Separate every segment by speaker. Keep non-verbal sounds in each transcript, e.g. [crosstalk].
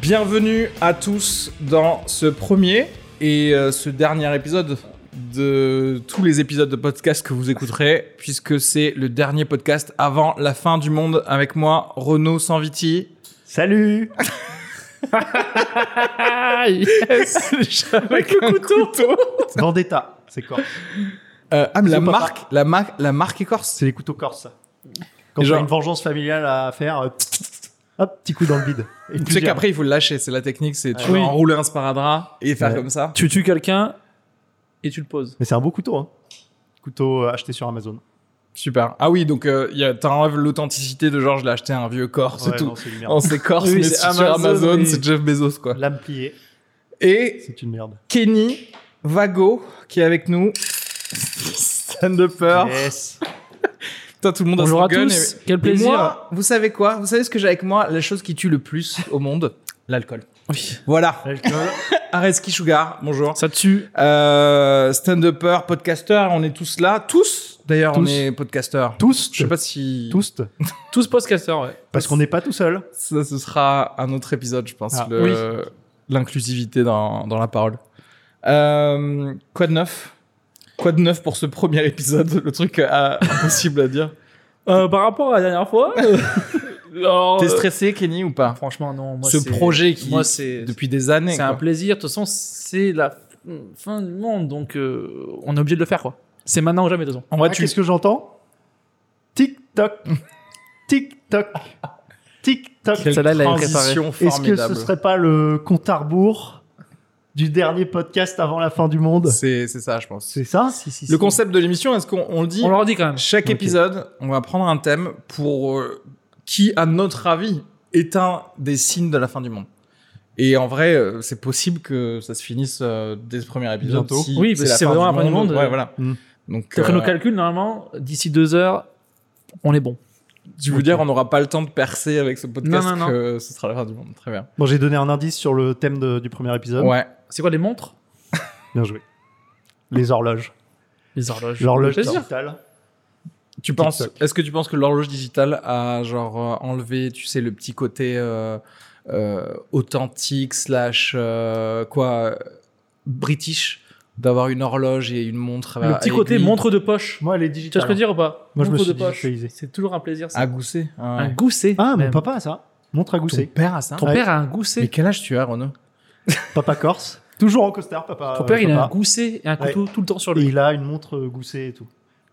Speaker 1: Bienvenue à tous dans ce premier et euh, ce dernier épisode de tous les épisodes de podcast que vous écouterez, puisque c'est le dernier podcast avant la fin du monde avec moi, Renaud Sanviti.
Speaker 2: Salut
Speaker 1: Yes Avec un couteau.
Speaker 2: [laughs] Vendetta, c'est corse.
Speaker 1: Euh, ah, mais la
Speaker 2: Sous-papa.
Speaker 1: marque, la marque, la marque écorce.
Speaker 2: C'est les couteaux corses. ça. Quand
Speaker 1: Et
Speaker 2: j'ai
Speaker 1: genre-
Speaker 2: une vengeance familiale à faire, euh, hop, petit coup dans le vide. Et
Speaker 1: Tu sais
Speaker 2: plusieurs.
Speaker 1: qu'après, il faut le lâcher. C'est la technique, c'est tu vas
Speaker 2: Ah
Speaker 3: oui.
Speaker 1: enrouler un sparadrap et faire
Speaker 2: Ouais.
Speaker 1: comme ça.
Speaker 3: Tu tues quelqu'un et tu le poses.
Speaker 2: Mais c'est un beau couteau, hein. Couteau euh, acheté sur Amazon.
Speaker 1: Super. Ah oui, donc euh, il y a- t'enlèves l'authenticité de genre, je l'ai acheté à un vieux corps, c'est
Speaker 2: Ouais,
Speaker 1: tout.
Speaker 2: non, une merde.
Speaker 1: On s'écorce,
Speaker 3: Oui,
Speaker 1: mais
Speaker 3: c'est
Speaker 1: c'est sur
Speaker 3: Amazon,
Speaker 1: Amazon,
Speaker 3: mais-
Speaker 1: c'est Jeff Bezos, quoi.
Speaker 2: Lame pliée,
Speaker 1: Et
Speaker 2: c'est une merde.
Speaker 1: Kenny Vago qui est avec nous. Stand upper.
Speaker 2: Yes.
Speaker 1: Putain, tout le monde
Speaker 3: Bonjour
Speaker 1: a
Speaker 3: à
Speaker 1: son gun.
Speaker 3: tous,
Speaker 1: et-
Speaker 3: quel
Speaker 1: et
Speaker 3: plaisir.
Speaker 1: moi, vous savez quoi Vous savez ce que j'ai avec moi La chose qui tue le plus au monde L'alcool.
Speaker 3: Oui.
Speaker 1: Voilà.
Speaker 2: L'alcool.
Speaker 1: Areski Sugar, bonjour.
Speaker 3: Ça tue.
Speaker 1: Euh, Stand-upper, podcaster, on est tous là. Tous, d'ailleurs, on
Speaker 3: Tous.
Speaker 1: est podcasters.
Speaker 2: Tous.
Speaker 1: Je sais pas si
Speaker 2: Tous.
Speaker 3: Tous podcasters, ouais.
Speaker 2: Parce qu'on n'est pas tout seul.
Speaker 1: ça, ce sera un autre épisode, je pense.
Speaker 2: Ah,
Speaker 1: le- L'inclusivité dans, dans la parole. Euh, quoi de neuf Quoi de neuf pour ce premier épisode Le truc euh, [laughs] impossible à dire.
Speaker 3: Euh, par rapport à la dernière fois. [laughs] euh, alors,
Speaker 1: T'es
Speaker 3: euh,
Speaker 1: stressé, Kenny, ou pas
Speaker 3: Franchement, non. Moi,
Speaker 1: Ce
Speaker 3: c'est-
Speaker 1: projet qui-
Speaker 3: Moi, c'est.
Speaker 1: Depuis des années.
Speaker 3: C'est un
Speaker 1: quoi.
Speaker 3: plaisir. De toute façon, c'est la f- fin du monde, donc euh, on est obligé de le faire, quoi. C'est maintenant ou jamais, de toute façon.
Speaker 1: En vrai,
Speaker 2: Ah,
Speaker 1: tu-
Speaker 2: Qu'est-ce que j'entends Tic-toc. Tic-toc. Tic-toc.
Speaker 1: Quelle
Speaker 3: Celle-là, elle l'avait
Speaker 1: transition
Speaker 2: Est-ce que
Speaker 1: formidable.
Speaker 2: ce serait pas le compte à rebours du dernier podcast avant la fin du monde
Speaker 1: C'est c'est ça, je pense.
Speaker 2: C'est ça
Speaker 1: Le concept de l'émission, est-ce qu'on on le dit
Speaker 3: On leur dit quand même.
Speaker 1: Chaque
Speaker 2: Ok.
Speaker 1: épisode, on va prendre un thème pour euh, qui, à notre avis, est un des signes de la fin du monde. Et en vrai, euh, c'est possible que ça se finisse euh, dès ce premier épisode.
Speaker 2: Bientôt.
Speaker 1: Si
Speaker 3: Oui, parce que c'est vraiment la fin du monde. euh.
Speaker 1: Ouais, voilà.
Speaker 2: Mm.
Speaker 1: Donc,
Speaker 3: D'après
Speaker 1: euh,
Speaker 3: nos calculs, normalement, d'ici deux heures, on est bon.
Speaker 1: tu veux dire, on n'aura pas le temps de percer avec ce podcast
Speaker 3: Non, non, non.
Speaker 1: que ce sera la fin du monde. Très bien.
Speaker 2: Bon, j'ai donné un indice sur le thème de- du premier épisode.
Speaker 1: Ouais.
Speaker 3: C'est quoi les montres
Speaker 2: Bien joué. Les horloges.
Speaker 3: Les horloges.
Speaker 2: L'horloge
Speaker 3: Plaisir.
Speaker 2: digitale.
Speaker 1: Tu penses
Speaker 2: TikTok.
Speaker 1: Est-ce que tu penses que l'horloge digitale a genre euh, enlevé, tu sais, le petit côté euh, euh, authentique slash euh, quoi euh, british d'avoir une horloge et une montre à-
Speaker 3: Le petit
Speaker 1: à
Speaker 3: côté
Speaker 1: aiguille
Speaker 3: montre de poche.
Speaker 2: Moi, elle est
Speaker 3: Tu vois
Speaker 2: digitale. hein.
Speaker 3: ce que je veux dire ou pas
Speaker 2: Moi, je me
Speaker 3: Montre
Speaker 2: suis
Speaker 3: de poche.
Speaker 2: digitalisé.
Speaker 3: C'est toujours un plaisir. ça.
Speaker 1: à gousser. Ah, ouais.
Speaker 3: Un gousset.
Speaker 2: Ah, mon
Speaker 3: même.
Speaker 2: papa a ça. Montre à
Speaker 1: Ton
Speaker 2: gousset.
Speaker 1: père a ça.
Speaker 3: Ton
Speaker 2: Ouais.
Speaker 3: père a un
Speaker 1: Mais
Speaker 3: gousset.
Speaker 1: quel âge tu as, Renaud
Speaker 2: Papa corse. Toujours en costard, papa. euh,
Speaker 3: Ton père, il a un
Speaker 2: papa.
Speaker 3: gousset et un couteau tout le temps sur
Speaker 2: Et
Speaker 3: lui.
Speaker 2: il a une montre euh, gousset et tout.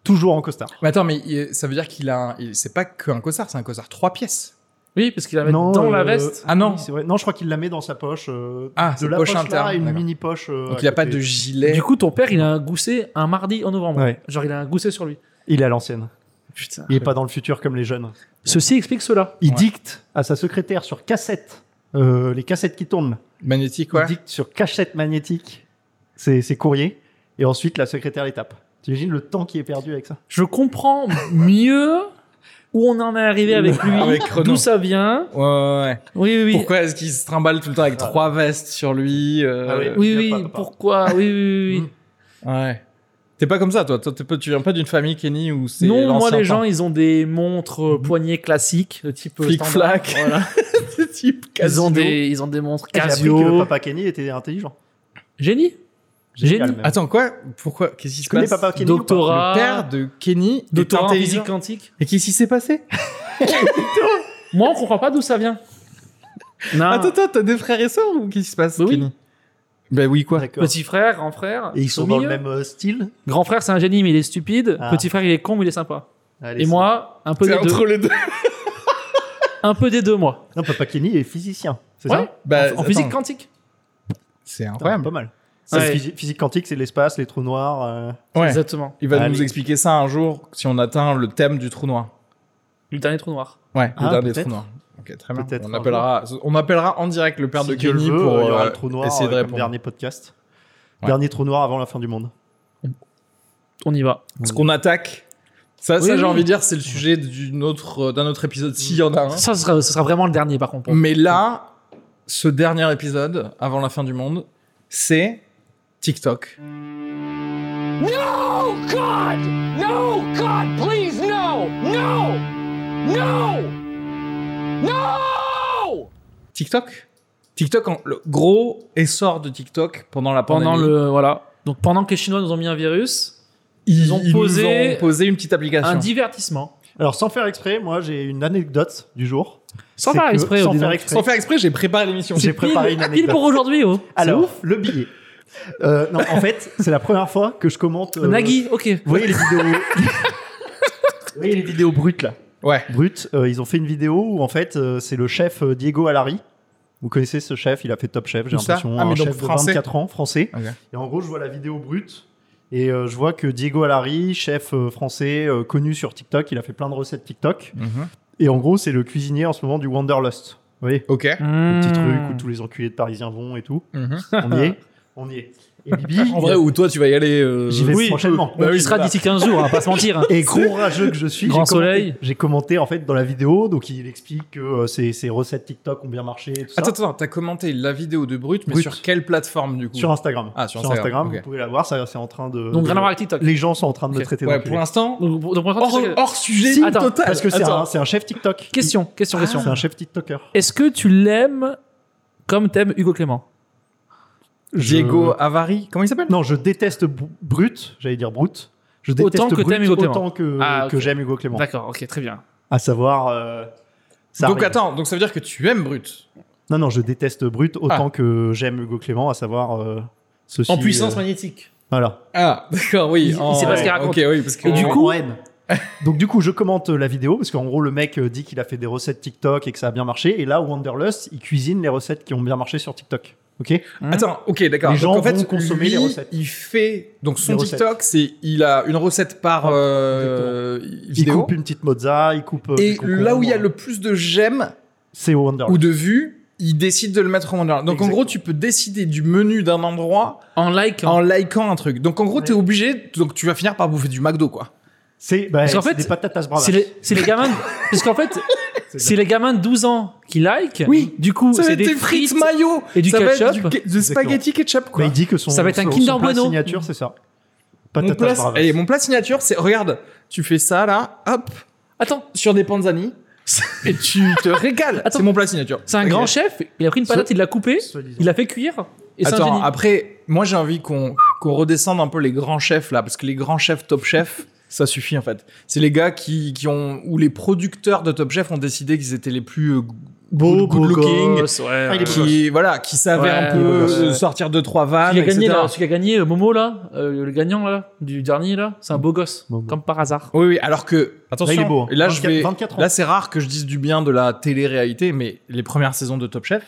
Speaker 2: Toujours en costard.
Speaker 1: Mais attends, mais il- ça veut dire qu'il a, un- il- c'est pas qu'un cossard, c'est un cossard trois pièces.
Speaker 3: Oui, parce qu'il la met
Speaker 2: Non,
Speaker 3: dans la
Speaker 2: euh,
Speaker 3: veste.
Speaker 1: Ah non.
Speaker 2: Oui, c'est vrai. Non, je crois qu'il la met dans sa poche. euh,
Speaker 1: Ah,
Speaker 2: de
Speaker 1: c'est
Speaker 2: la
Speaker 1: poche
Speaker 2: poche,
Speaker 1: interne.
Speaker 2: là et une
Speaker 1: d'accord.
Speaker 2: mini poche. euh,
Speaker 1: Donc
Speaker 2: à
Speaker 1: il a pas
Speaker 2: côté.
Speaker 1: de gilet.
Speaker 3: Du coup, ton père, il a un gousset un mardi en novembre.
Speaker 2: Ouais.
Speaker 3: Genre, il a un gousset sur lui.
Speaker 2: Il est à l'ancienne.
Speaker 3: Putain.
Speaker 2: Il est pas dans le futur comme les jeunes.
Speaker 3: Ceci explique cela.
Speaker 2: Il
Speaker 1: Ouais.
Speaker 2: dicte à sa secrétaire sur cassette. euh, les cassettes qui tournent.
Speaker 1: magnétique,
Speaker 2: Il
Speaker 1: ouais.
Speaker 2: dicte sur cachette magnétique ses, ses courriers et ensuite la secrétaire les tape. T'imagines le temps qui est perdu avec ça
Speaker 3: Je comprends mieux où on en est
Speaker 2: [laughs]
Speaker 3: arrivé avec lui,
Speaker 1: Avec Renaud.
Speaker 3: d'où ça vient.
Speaker 1: Ouais, ouais, ouais.
Speaker 3: Oui, oui, oui.
Speaker 1: Pourquoi est-ce qu'il se trimballe tout le temps avec
Speaker 2: Ah.
Speaker 1: trois vestes sur lui euh,
Speaker 2: Ah
Speaker 3: oui,
Speaker 2: Il y
Speaker 3: oui,
Speaker 2: a pas de Mmh. part.
Speaker 3: pourquoi Oui, oui, oui, oui.
Speaker 1: Ouais. T'es pas comme ça, toi. toi t'es pas- tu viens pas d'une famille, Kenny, où c'est.
Speaker 3: non, moi,
Speaker 1: l'ancien
Speaker 3: les
Speaker 1: temps.
Speaker 3: gens, ils ont des
Speaker 2: Mmh.
Speaker 3: montres euh, poignées classiques, de type euh,
Speaker 1: Flic
Speaker 3: standard.
Speaker 1: flac.
Speaker 3: Voilà.
Speaker 1: [laughs] type
Speaker 3: Ils
Speaker 1: casino.
Speaker 3: ont, des, ils ont des montres
Speaker 2: J'ai appris que
Speaker 3: Casio.
Speaker 2: papa Kenny était intelligent.
Speaker 3: Génie.
Speaker 2: Génial,
Speaker 3: Génie.
Speaker 2: même.
Speaker 1: Attends, quoi Pourquoi Qu'est-ce qui se
Speaker 2: connais
Speaker 1: passe
Speaker 2: Papa Kenny ou pas
Speaker 3: Doctorat.
Speaker 1: Le père de Kenny
Speaker 3: de
Speaker 1: est intelligent.
Speaker 3: physique hein. quantique.
Speaker 1: Et qu'est-ce qui s'est passé
Speaker 3: Moi, on comprend pas d'où ça vient. Non.
Speaker 2: Ah,
Speaker 1: Attends, attends, t'as des frères et sœurs ou qu'est-ce qui se passe,
Speaker 3: Ah. Bah oui.
Speaker 1: Kenny Ben oui, quoi.
Speaker 2: D'accord.
Speaker 3: Petit frère, grand frère.
Speaker 2: Et ils
Speaker 3: au
Speaker 2: sont dans le
Speaker 3: milieu.
Speaker 2: même euh, style.
Speaker 3: Grand frère, c'est un génie, mais il est stupide.
Speaker 2: Ah.
Speaker 3: Petit frère, il est con, mais il est sympa.
Speaker 2: Allez,
Speaker 3: Et
Speaker 2: c'est-
Speaker 3: moi, un peu,
Speaker 1: C'est
Speaker 3: des deux,
Speaker 1: entre les deux.
Speaker 3: un peu des deux, moi.
Speaker 2: Non, papa Kenny est physicien. C'est
Speaker 3: Ouais.
Speaker 2: ça
Speaker 1: Bah,
Speaker 3: en, en physique
Speaker 1: attends,
Speaker 3: quantique.
Speaker 1: C'est
Speaker 2: Putain,
Speaker 1: incroyable.
Speaker 2: Pas mal.
Speaker 3: Ouais.
Speaker 2: C'est physi- Physique quantique, c'est l'espace, les trous noirs. euh,
Speaker 1: Ouais.
Speaker 3: Exactement.
Speaker 1: Il va nous
Speaker 2: Allez.
Speaker 1: expliquer ça un jour si on atteint le thème du trou noir.
Speaker 3: Le dernier trou noir.
Speaker 1: Ouais, le
Speaker 2: Ah,
Speaker 1: dernier
Speaker 2: peut-être.
Speaker 1: trou noir. Ok, très bien.
Speaker 2: Peut-être
Speaker 1: On
Speaker 2: un
Speaker 1: appellera, on appellera en direct le père
Speaker 2: si
Speaker 1: de
Speaker 2: Dieu
Speaker 1: Kenny
Speaker 2: le veut,
Speaker 1: pour
Speaker 2: il y aura
Speaker 1: euh,
Speaker 2: le trou noir
Speaker 1: essayer de
Speaker 2: euh, comme
Speaker 1: répondre.
Speaker 2: dernier podcast.
Speaker 1: Ouais.
Speaker 2: Dernier trou noir avant la fin du monde.
Speaker 3: On y va.
Speaker 1: Ce qu'on attaque, Ça, ça,
Speaker 3: Oui,
Speaker 1: j'ai
Speaker 3: oui.
Speaker 1: envie de dire, c'est le sujet d'une autre, euh, d'un autre épisode, s'il y en a
Speaker 2: Hein
Speaker 1: un.
Speaker 3: Ça, ce sera, ce sera vraiment le dernier, par contre. pour-
Speaker 1: Mais là, ce dernier épisode, avant la fin du monde, c'est TikTok.
Speaker 4: No, God! No, God, please, no! No! No! No!
Speaker 1: TikTok TikTok, en- le gros essor de TikTok pendant la pandémie.
Speaker 3: Pendant le. Voilà. Donc, pendant que les Chinois nous ont mis un virus, ils ont
Speaker 1: nous
Speaker 3: posé
Speaker 1: ont posé une petite
Speaker 3: un
Speaker 1: application.
Speaker 3: divertissement.
Speaker 2: Alors, sans faire exprès, moi, j'ai une anecdote du jour.
Speaker 3: Sans
Speaker 2: C'est
Speaker 3: faire
Speaker 2: que-
Speaker 3: exprès,
Speaker 2: sans
Speaker 3: dis donc.
Speaker 2: faire exprès.
Speaker 1: Sans faire exprès, j'ai préparé l'émission.
Speaker 2: J'ai préparé
Speaker 3: Pile-
Speaker 2: une
Speaker 3: Pile
Speaker 2: anecdote.
Speaker 3: pour aujourd'hui, oh. C'est
Speaker 2: Alors,
Speaker 3: ouf.
Speaker 2: le billet. Euh, non, en fait, c'est la première fois que je commente. euh,
Speaker 3: Nagui, ok.
Speaker 2: Vous voyez les vidéos. Vous voyez les vidéos brutes là.
Speaker 1: Ouais.
Speaker 2: Brutes, euh, ils ont fait une vidéo où en fait, euh, c'est le chef euh, Diego Alari. Vous connaissez ce chef, il a fait Top Chef, j'ai
Speaker 1: Où ça
Speaker 2: l'impression.
Speaker 1: Ah, mais
Speaker 2: un
Speaker 1: donc
Speaker 2: chef de
Speaker 1: français.
Speaker 2: 24 ans, français.
Speaker 1: Ok.
Speaker 2: Et en gros, je vois la vidéo brute. Et euh, je vois que Diego Alari, chef euh, français euh, connu sur TikTok, il a fait plein de recettes TikTok. Et en gros, c'est le cuisinier en ce moment du Wanderlust. Vous voyez
Speaker 1: Ok.
Speaker 2: Le petit truc
Speaker 3: Mmh.
Speaker 2: où tous les enculés de Parisiens vont et tout.
Speaker 1: Mhm.
Speaker 2: On y est. [laughs] On y est. Et Bibi,
Speaker 1: En vrai, où toi, tu vas y aller euh,
Speaker 2: j'y vais
Speaker 3: oui,
Speaker 2: prochainement.
Speaker 1: Bah
Speaker 3: Il
Speaker 1: oui,
Speaker 3: sera
Speaker 1: voilà.
Speaker 3: d'ici 15 jours, on va pas se mentir.
Speaker 2: [laughs]
Speaker 3: hein.
Speaker 2: Et gros rageux que je suis,
Speaker 3: Grand
Speaker 2: j'ai commenté-
Speaker 3: soleil.
Speaker 2: J'ai commenté en fait dans la vidéo, donc il explique que euh, ses, ses recettes TikTok ont bien marché. et tout ça.
Speaker 1: Attends, attends, t'as commenté la vidéo de Brut, mais
Speaker 2: Brut.
Speaker 1: sur quelle plateforme du coup
Speaker 2: sur Instagram.
Speaker 1: Ah, sur Instagram, ok.
Speaker 2: vous pouvez la voir, ça c'est en train de.
Speaker 3: Donc,
Speaker 2: de-
Speaker 3: rien à voir avec TikTok.
Speaker 2: Les gens sont en train de
Speaker 3: Ok.
Speaker 2: me traiter
Speaker 1: Ouais,
Speaker 2: d'enculé.
Speaker 1: pour l'instant,
Speaker 3: Donc, pour- donc, pour
Speaker 1: hors,
Speaker 3: l'instant, tu sais que-
Speaker 1: hors sujet
Speaker 3: Si, attends,
Speaker 1: total.
Speaker 2: Parce que c'est
Speaker 1: Attends.
Speaker 2: un, c'est un chef TikTok. Ah.
Speaker 3: Question, question,
Speaker 2: C'est
Speaker 3: question.
Speaker 2: un chef TikToker.
Speaker 3: Est-ce que tu l'aimes comme t'aimes Hugo Clément
Speaker 2: Je-
Speaker 1: Diego Avari, comment il s'appelle
Speaker 2: Non, je déteste Br- Brut, j'allais dire Brut. Je déteste
Speaker 3: Autant que
Speaker 2: Brut,
Speaker 3: t'aimes Hugo Clément.
Speaker 2: Autant que,
Speaker 3: Ah,
Speaker 2: que
Speaker 3: ok.
Speaker 2: j'aime Hugo Clément.
Speaker 3: D'accord, ok, très bien.
Speaker 2: À savoir. euh, ça
Speaker 1: Donc
Speaker 2: arrive.
Speaker 1: attends, donc ça veut dire que tu aimes Brut
Speaker 2: Non, non, je déteste Brut
Speaker 3: Ah.
Speaker 2: autant que j'aime Hugo Clément, à savoir euh, ceci.
Speaker 1: en puissance
Speaker 2: euh,
Speaker 1: magnétique.
Speaker 2: Voilà.
Speaker 1: Ah, [laughs] d'accord, oui.
Speaker 3: Il- il sait pas ce qu'il raconte.
Speaker 1: Ok, oui, parce que
Speaker 3: Et du
Speaker 1: on-
Speaker 3: coup-
Speaker 2: [laughs] Donc du coup, je commente euh, la vidéo parce qu'en gros, le mec euh, dit qu'il a fait des recettes TikTok et que ça a bien marché. Et là, Wanderlust, il cuisine les recettes qui ont bien marché sur TikTok. Ok.
Speaker 1: Hein Attends, ok, d'accord.
Speaker 2: Les
Speaker 1: Donc,
Speaker 2: gens
Speaker 1: en fait,
Speaker 2: vont consommer
Speaker 1: lui,
Speaker 2: les recettes.
Speaker 1: Il fait donc son
Speaker 2: Les recettes.
Speaker 1: TikTok, c'est il a une recette par
Speaker 2: Ouais,
Speaker 1: euh,
Speaker 2: Il
Speaker 1: vidéo.
Speaker 2: coupe une petite mozza, il coupe. euh,
Speaker 1: et
Speaker 2: des concombres.
Speaker 1: là où il y a le plus de j'aime
Speaker 2: c'est au Wanderlust.
Speaker 1: ou de vues, il décide de le mettre en Wonderland. Donc en
Speaker 2: Exactement.
Speaker 1: gros, tu peux décider du menu d'un endroit
Speaker 3: En like, hein.
Speaker 1: en likant un truc. Donc en gros,
Speaker 2: Ouais.
Speaker 1: t'es obligé. Donc tu vas finir par bouffer du McDo, quoi.
Speaker 2: C'est bah,
Speaker 3: Parce qu'en
Speaker 2: c'est
Speaker 3: fait,
Speaker 2: des patates à ce bravas.
Speaker 3: c'est les, c'est les gamins. de- parce qu'en fait, c'est les gamins de 12 ans qui like.
Speaker 1: Oui.
Speaker 3: du coup,
Speaker 1: Ça va
Speaker 3: c'est
Speaker 1: être
Speaker 3: des
Speaker 1: des frites, mayo
Speaker 3: et du
Speaker 1: ça va être
Speaker 3: ketchup.
Speaker 1: du, ke- du spaghetti ketchup,
Speaker 2: Bah,
Speaker 1: quoi.
Speaker 2: il dit que son
Speaker 3: Ça va être un
Speaker 2: son-
Speaker 3: Kinder
Speaker 2: son plat
Speaker 3: Bueno.
Speaker 2: signature, c'est ça.
Speaker 1: Mon
Speaker 2: Patates à
Speaker 1: plat,
Speaker 2: ce bravas.
Speaker 1: et mon plat signature, c'est regarde, tu fais ça là, hop,
Speaker 3: Attends,
Speaker 1: sur des
Speaker 3: [laughs]
Speaker 1: panzani, et tu te régales.
Speaker 3: Attends.
Speaker 1: C'est mon plat signature.
Speaker 3: c'est un
Speaker 1: Ok.
Speaker 3: grand chef. Il a pris une patate, il l'a coupée,
Speaker 2: Soi-disant.
Speaker 3: il l'a fait cuire. Et c'est un
Speaker 1: Attends,
Speaker 3: génie.
Speaker 1: après, moi j'ai envie qu'on qu'on redescende un peu les grands chefs là, parce que les grands chefs top chef, ça suffit en fait. C'est les gars qui, qui ont, ou les producteurs de top chef ont décidé qu'ils étaient les plus euh,
Speaker 2: Beau,
Speaker 1: good,
Speaker 2: beau
Speaker 1: looking,
Speaker 3: Gosse, ouais,
Speaker 2: Ah, il est
Speaker 3: ouais.
Speaker 2: beau
Speaker 1: qui, voilà, qui savaient
Speaker 3: Ouais,
Speaker 1: un
Speaker 3: il est
Speaker 1: peu
Speaker 3: beau gosse,
Speaker 1: euh,
Speaker 3: ouais.
Speaker 1: sortir deux, trois vannes,
Speaker 3: Celui qui a gagné,
Speaker 1: etc.
Speaker 3: là, celui qui a gagné, euh, Momo, là, euh, le gagnant, là, du dernier, là, c'est un beau gosse,
Speaker 2: Momo.
Speaker 3: comme par hasard.
Speaker 1: Oui, oui, alors que, attention,
Speaker 2: Là, il est beau, hein.
Speaker 1: et là, je
Speaker 2: 24
Speaker 1: vais,
Speaker 2: 24 ans.
Speaker 1: là c'est rare que je dise du bien de la télé-réalité, mais les premières saisons de Top Chef,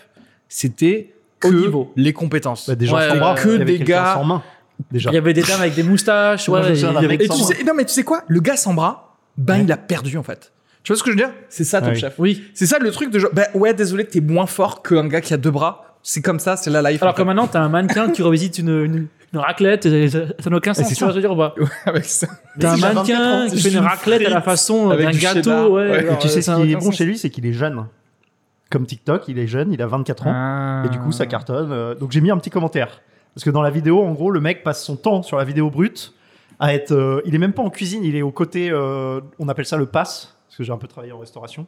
Speaker 1: c'était
Speaker 3: Haut
Speaker 1: que
Speaker 3: niveau.
Speaker 1: les compétences.
Speaker 2: Bah, des gens
Speaker 3: Ouais,
Speaker 2: sans bras.
Speaker 1: que
Speaker 2: il y avait
Speaker 1: des
Speaker 2: quelqu'un
Speaker 1: gars-
Speaker 2: sans main. Déjà.
Speaker 3: Il y avait des dames avec des moustaches,
Speaker 2: Moi,
Speaker 3: ouais,
Speaker 2: je me
Speaker 3: il y
Speaker 2: souviens d'un
Speaker 3: avait
Speaker 2: mec
Speaker 1: Et
Speaker 3: que
Speaker 1: tu
Speaker 3: ça.
Speaker 1: sais, non, mais tu sais quoi Le gars sans bras, ben
Speaker 2: Ouais.
Speaker 1: il a perdu en fait. Tu vois ce que je veux dire C'est ça Top
Speaker 2: Ouais.
Speaker 1: Chef.
Speaker 3: Oui.
Speaker 1: C'est ça le truc de genre, bah ouais, désolé, t'es moins fort qu'un gars qui a deux bras. C'est comme ça, c'est la life.
Speaker 3: Alors
Speaker 1: en
Speaker 3: que
Speaker 1: fait.
Speaker 3: maintenant, t'as un mannequin qui revisite une, une, une raclette, et ça ça n'a aucun sens,
Speaker 2: c'est
Speaker 3: tu vois,
Speaker 2: ça.
Speaker 3: je veux dire, ou pas
Speaker 1: [laughs] Avec ça.
Speaker 3: T'as un
Speaker 2: Mais si, j'ai
Speaker 3: mannequin
Speaker 2: 24 ans,
Speaker 3: qui
Speaker 1: c'est
Speaker 3: fait une
Speaker 1: une
Speaker 3: raclette à la
Speaker 1: frite
Speaker 3: façon euh,
Speaker 1: avec
Speaker 3: d'un
Speaker 1: du
Speaker 3: gâteau,
Speaker 1: cheddar.
Speaker 3: ouais.
Speaker 1: Ouais.
Speaker 3: alors,
Speaker 2: Et tu sais ce
Speaker 3: euh, ça n'a
Speaker 2: qui est
Speaker 3: aucun
Speaker 2: bon
Speaker 3: sens.
Speaker 2: chez lui, c'est qu'il est jeune. Comme TikTok, il est jeune, il a 24 ans.
Speaker 3: Ah.
Speaker 2: Et du coup, ça cartonne. Euh, Donc j'ai mis un petit commentaire. Parce que dans la vidéo, en gros, le mec passe son temps sur la vidéo brute à être. euh, il est même pas en cuisine, il est au côté. euh, on appelle ça le pass, parce que j'ai un peu travaillé en restauration.